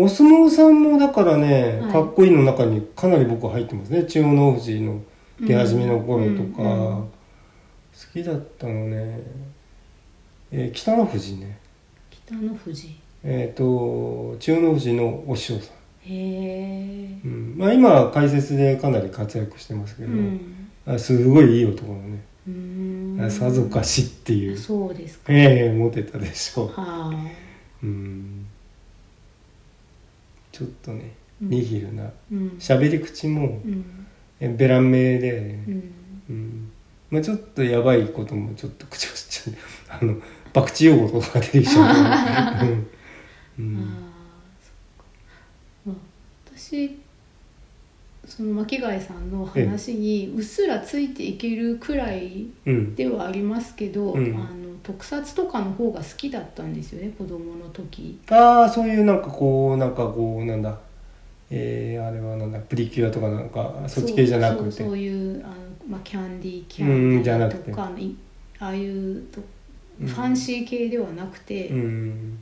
A: お相撲さんもだからね、
B: はい
A: かっこいいの中にかなり僕は入ってますね千代の富士の出始めの頃とか、
B: うんうんうん
A: 好きだったのね、えー北の富士ね
B: 北の富士
A: えっ、と千代の富士のお師匠さ
B: へえ
A: ん、うんまあ、今解説でかなり活躍してますけ
B: う
A: ど、
B: ん
A: あすごいいい男のね、
B: うー
A: あ
B: ん
A: さぞかしっていう、
B: そうですか
A: ええモテたでしょう
B: はあ
A: うんちょっとね
B: うん
A: ニヒルな
B: うん
A: 喋り口も
B: うん
A: えベラン名で、
B: うん
A: うんまあ、ちょっとやばいこともちょっと口をしちゃう <laughs> あの博打用語とか出てきちゃ
B: <laughs>
A: う、うんうん
B: ああそっか、まあ、私その巻貝さんの話にうっすらついていけるくらい
A: うん、
B: ではありますけど、
A: うん
B: あの特撮とかの方が好きだったんですよね子供の時
A: ああそういうなんかこうなんかこうなんだえー、あれはなんだプリキュアとかなんかそっち系じゃなくて
B: そうそうそういうあの、まあ、キャンディーキャ
A: う
B: ン
A: ん
B: デ
A: じゃ
B: ィ
A: な
B: ー
A: くて
B: とかのいああいうと
A: うん
B: ファンシー系ではなくて、
A: うん、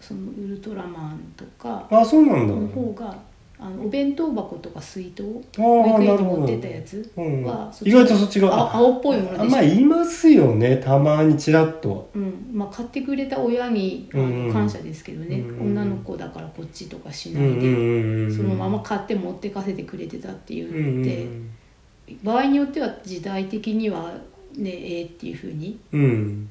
B: そのウルトラマンとか
A: ああそうなんだ
B: の方が、あのお弁当箱とか水筒
A: ああ
B: 保育
A: な
B: 園
A: る
B: に
A: ほ
B: 持
A: ど
B: ってたやつ
A: うん
B: は、そっち
A: 意外とそっちが
B: あ青っぽいもの
A: あ
B: でし
A: まあ
B: た、
A: いますよねたまにちらっと
B: うんまあ、買ってくれた親にあ
A: うんう
B: の
A: ん
B: 感謝ですけどね、
A: うんうん
B: 女の子だからこっちとかし
A: う
B: なんいで、
A: うんうんうん
B: そのまま買って持ってかせてくれてたっていう
A: うんう
B: の
A: ん
B: って、場合によっては時代的にはねえーっていうふうに
A: うんうん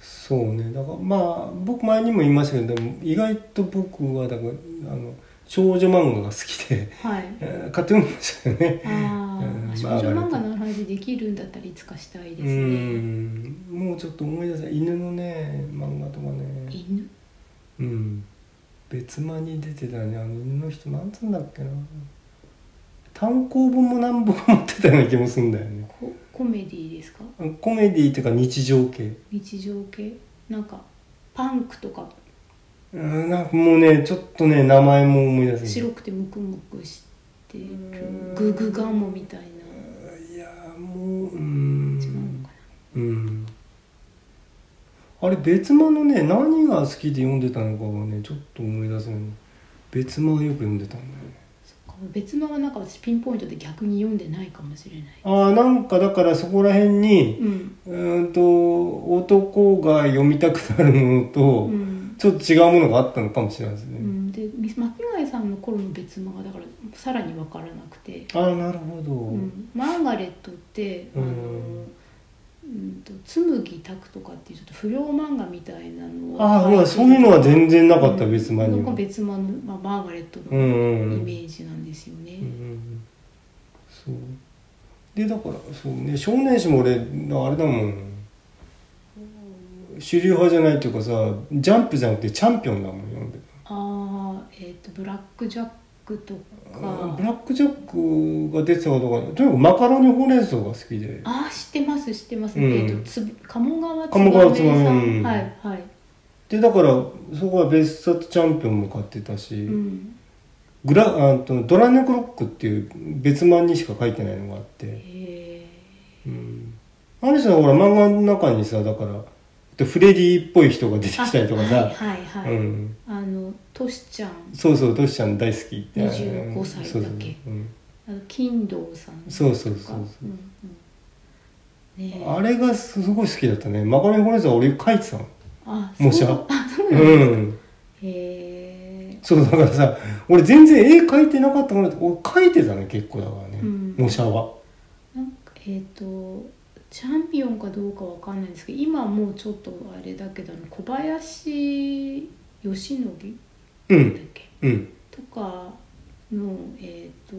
A: そうねだからまあ僕前にも言いましたけどでも意外と僕はだからあの少女漫画が好きで、 <laughs>
B: はい
A: えー買ってみましたよね
B: あー、
A: うん
B: 少
A: まあ
B: 女漫画の話できるんだったらいつかしたいです
A: う
B: ね、
A: んもうちょっと思い出せない犬のね漫画とかね
B: 犬
A: うん別間に出てたねあの犬の人なんつうんだっけな単行本も何本か持ってたような気もするんだよね
B: ココメディですか
A: コメディーというか日常系
B: 日常系なんかパンクとか
A: うんなんかもうねちょっとね名前も思い出せない
B: 白くてムクムクしてる
A: ん
B: ググガモみたいない
A: やーもううん
B: 違うのか
A: うんあれ別間のね何が好きで読んでたのかはねちょっと思い出せない別間はよく読んでたんだよね
B: な別間はなんか私ピンポイントで逆に読んでないかもしれない
A: ああなんかだからそこら辺に
B: うん、
A: うーんと男が読みたくなるものと、
B: うん
A: ちょっと違うものがあったのかもしれないです
B: う
A: ね、
B: ん、でみ巻貝さんの頃の別間がだからさらに分からなくて、
A: ああなるほど、
B: うん、マーガレットってあ
A: う
B: の、
A: ん
B: うん、と紬拓とかっていうちょっと不良漫画みたいなのを
A: ああ、うわそういうのは全然なかった、
B: うん
A: 別間に
B: なんか
A: は
B: 別間の、まあ、マーガレット
A: うんう
B: のイ
A: んうん
B: メージなんですよね、
A: うんうんうんそうでだからそうね少年誌も俺あれだもん主流派じゃないっていうかさジャンプじゃなくてチャンピオンだもん読んで
B: ああえっ、とブラックジャックとか
A: ブラック・ジャックが出てたかどうかとにかくマカロニほうれん草が好きで
B: ああ知ってます知ってます、
A: うん
B: えっ、とつ鴨川つば
A: 鴨
B: め
A: 川
B: さ
A: つばめうんん
B: はいはい、
A: でだからそこは別冊チャンピオンも買ってたし、
B: うん、
A: グラあとドラネクロックっていう別漫にしか書いてないのがあって、
B: へ
A: うんあの人はほら漫画の中にさだからでフレディっぽい人が出て
B: え
A: きたりとか
B: は
A: さ
B: い、はいはい、
A: うん、
B: あのトシちゃん
A: そうそうトシちゃん大好きって
B: 25歳だっけ
A: そうそううん
B: あの金堂さんとか
A: そうそうそうそう
B: うんうん、ねえ
A: あれがすごい好きだったねマカロニホレンソは俺書いてたの
B: あ
A: 模写
B: そうあそう
A: う
B: なんだへ
A: ん
B: え
A: そうだからさ俺全然絵描いてなかったから俺描いてたね結構だからね、
B: うん
A: 模写は
B: なんかえっ、とチャンピオンかどうかわかんないんですけど今もうちょっとあれだけどあの小林義信
A: う
B: だっ
A: ん
B: け
A: うん
B: とかの、えー、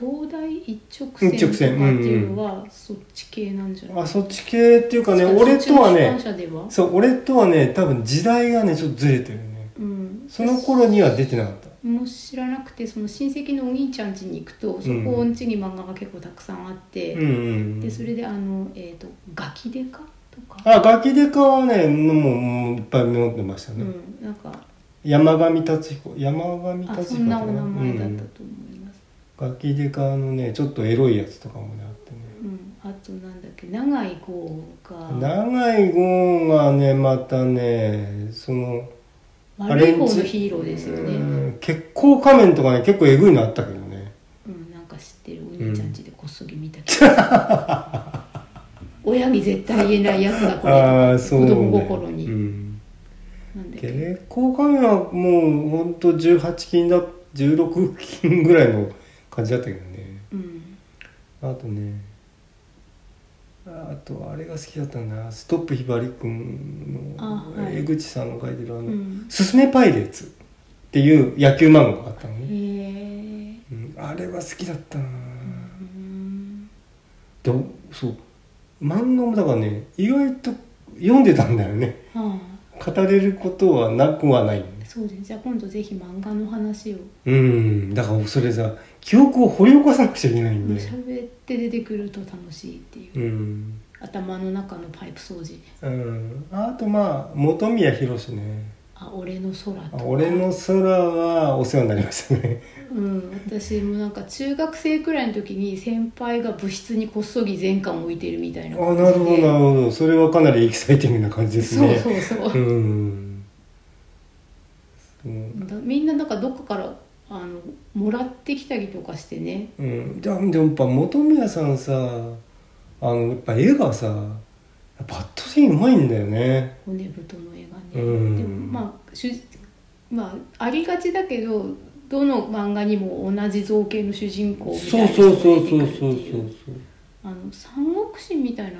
B: と東大一直線
A: 一直線
B: とかっていうのは、そっち系なんじゃない
A: あそっち系っていうかね
B: そっち
A: 俺とはね
B: そっちの出版社では、
A: そう俺とはね多分時代がねちょっとずれてるね
B: うん、
A: その頃には出てなかった
B: も知らなくてその親戚のお兄ちゃん家に行くとそこん家に漫画が結構たくさんあって、
A: うんうんうん、
B: でそれであの、えー、とガキデカとか、
A: あガキデカはねもうもういっぱい飲んでました
B: う
A: ね、
B: ん、なんか
A: 山上達彦山上
B: あ
A: 達
B: そ
A: 彦
B: んな
A: か
B: お名前だった
A: うん
B: と思います、
A: ガキデカのねちょっとエロいやつとかもねあってね
B: うんあとなんだっけ長い号が
A: 長い号がねまたねその
B: 悪い方のヒーローですよね、
A: うん血行仮面とかね結構えぐいのあったけどね
B: うん、なんか知ってるお兄ちゃんちでこっそり見たけど、親に絶対言えないやつだこれ
A: ああそうね
B: 子供心に
A: うん、
B: なんだっけ
A: 血行仮面はもうほんと18金だ16金ぐらいの感じだったけどね
B: うん
A: あとねあとあれが好きだったんだなストップひばりくん
B: あ
A: の
B: はい
A: 江口さんの書いてるあ
B: う
A: の
B: ん
A: 「すすめパイレーツ」っていう野球漫画があったの
B: へ
A: ね、
B: え
A: うん、あれは好きだったな、
B: うん
A: でもそう漫画もだからね意外と読んでたんだよね
B: あ
A: 語れることはなくはないよ
B: あ
A: ね
B: そうですじゃあ今度ぜひ漫画の話を
A: うんだからそれさ記憶を掘り起こさなくちゃいけないんで
B: 喋って出てくると楽しいっていう、
A: うん、
B: 頭の中のパイプ掃除
A: うん、あとまあ本宮宏ね
B: あ俺の空
A: あ
B: とか
A: 俺の空はお世話になりましたね
B: うん私もなんか中学生くらいの時に先輩が部室にこっそり全巻置いてるみた
A: あ
B: いな
A: なるほどなるほどそれはかなりエキサイティングな感じです
B: そう
A: ね
B: そうそ
A: う、
B: う
A: んうん
B: だみんななんかどっかからあのもらってきたりとかしてね
A: うん、でもでもやっぱ本宮さんさあのやっぱ絵がさバットシーンうまいんだよね
B: 骨太の絵がね、
A: うん
B: でもまあ主まあありがちだけどどの漫画にも同じ造形の主人公みたい
A: そう
B: な
A: そうそう
B: 人
A: そうそ
B: が
A: う
B: 出てく
A: そう
B: るっていうあの三国志みたい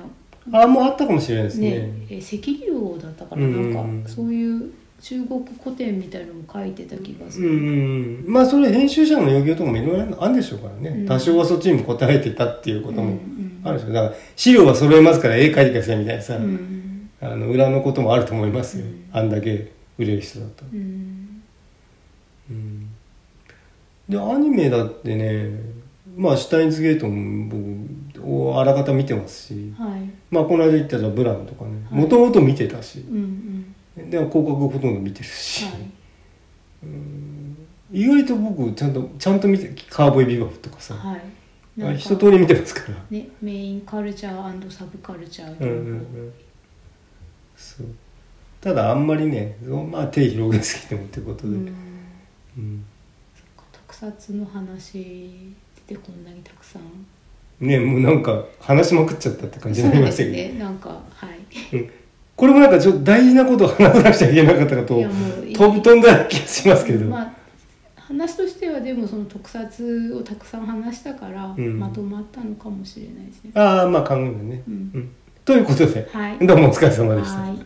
B: な
A: あもうあったかもしれないですね
B: ねえ赤竜王だったから
A: う
B: なん
A: うんうん
B: んか、そういう中国古典みたいのも書いてた気がす
A: うんう
B: る、
A: んうんまあそれ編集者の要求とかもいろいろあるんでしょうからね、
B: うん
A: 多少はそっちにも答えてたっていう
B: う
A: こ
B: ん
A: と
B: う
A: も
B: ん
A: あるでしょうだから資料は揃えますから絵描いてくださいみたいなさ、
B: うん
A: あの裏のこともあると思いますよ、
B: うん
A: あんだけ売れる人だと。
B: うん
A: うんでアニメだってねまあシュタインズゲートも僕おあらかた見てますし、
B: はい
A: まあこの間言ったじゃあブランとかね
B: はい
A: もともと見てたし
B: うんうん
A: でも広角ほとんど見てるし、
B: はい
A: 意外と僕ちゃんとちゃんと見てカーボーイビバフとかさ、
B: はい、
A: あ
B: なん
A: 一
B: か
A: 通り見てますから
B: ねメインカルチャーサブカルチャー
A: うんうんうんそうただあんまりねそうまあ手広げすぎてもってことで、
B: うん
A: うん
B: 特撮の話でこんなにたくさん
A: ねもうなんか話しまくっちゃったって感じになりましたけど、
B: ねなんかはい
A: これもなんかちょっと大事なことを話さなくちゃいけなかったかと
B: いやもういい
A: 飛び飛んだ気がしますけど、
B: まあ話としてはでもその特撮をたくさん話したから、
A: うん
B: まとまったのかもしれないですね。
A: ああまあ考えるね、
B: うん
A: うんということで、
B: はい
A: どうもお疲れ様でした。
B: はい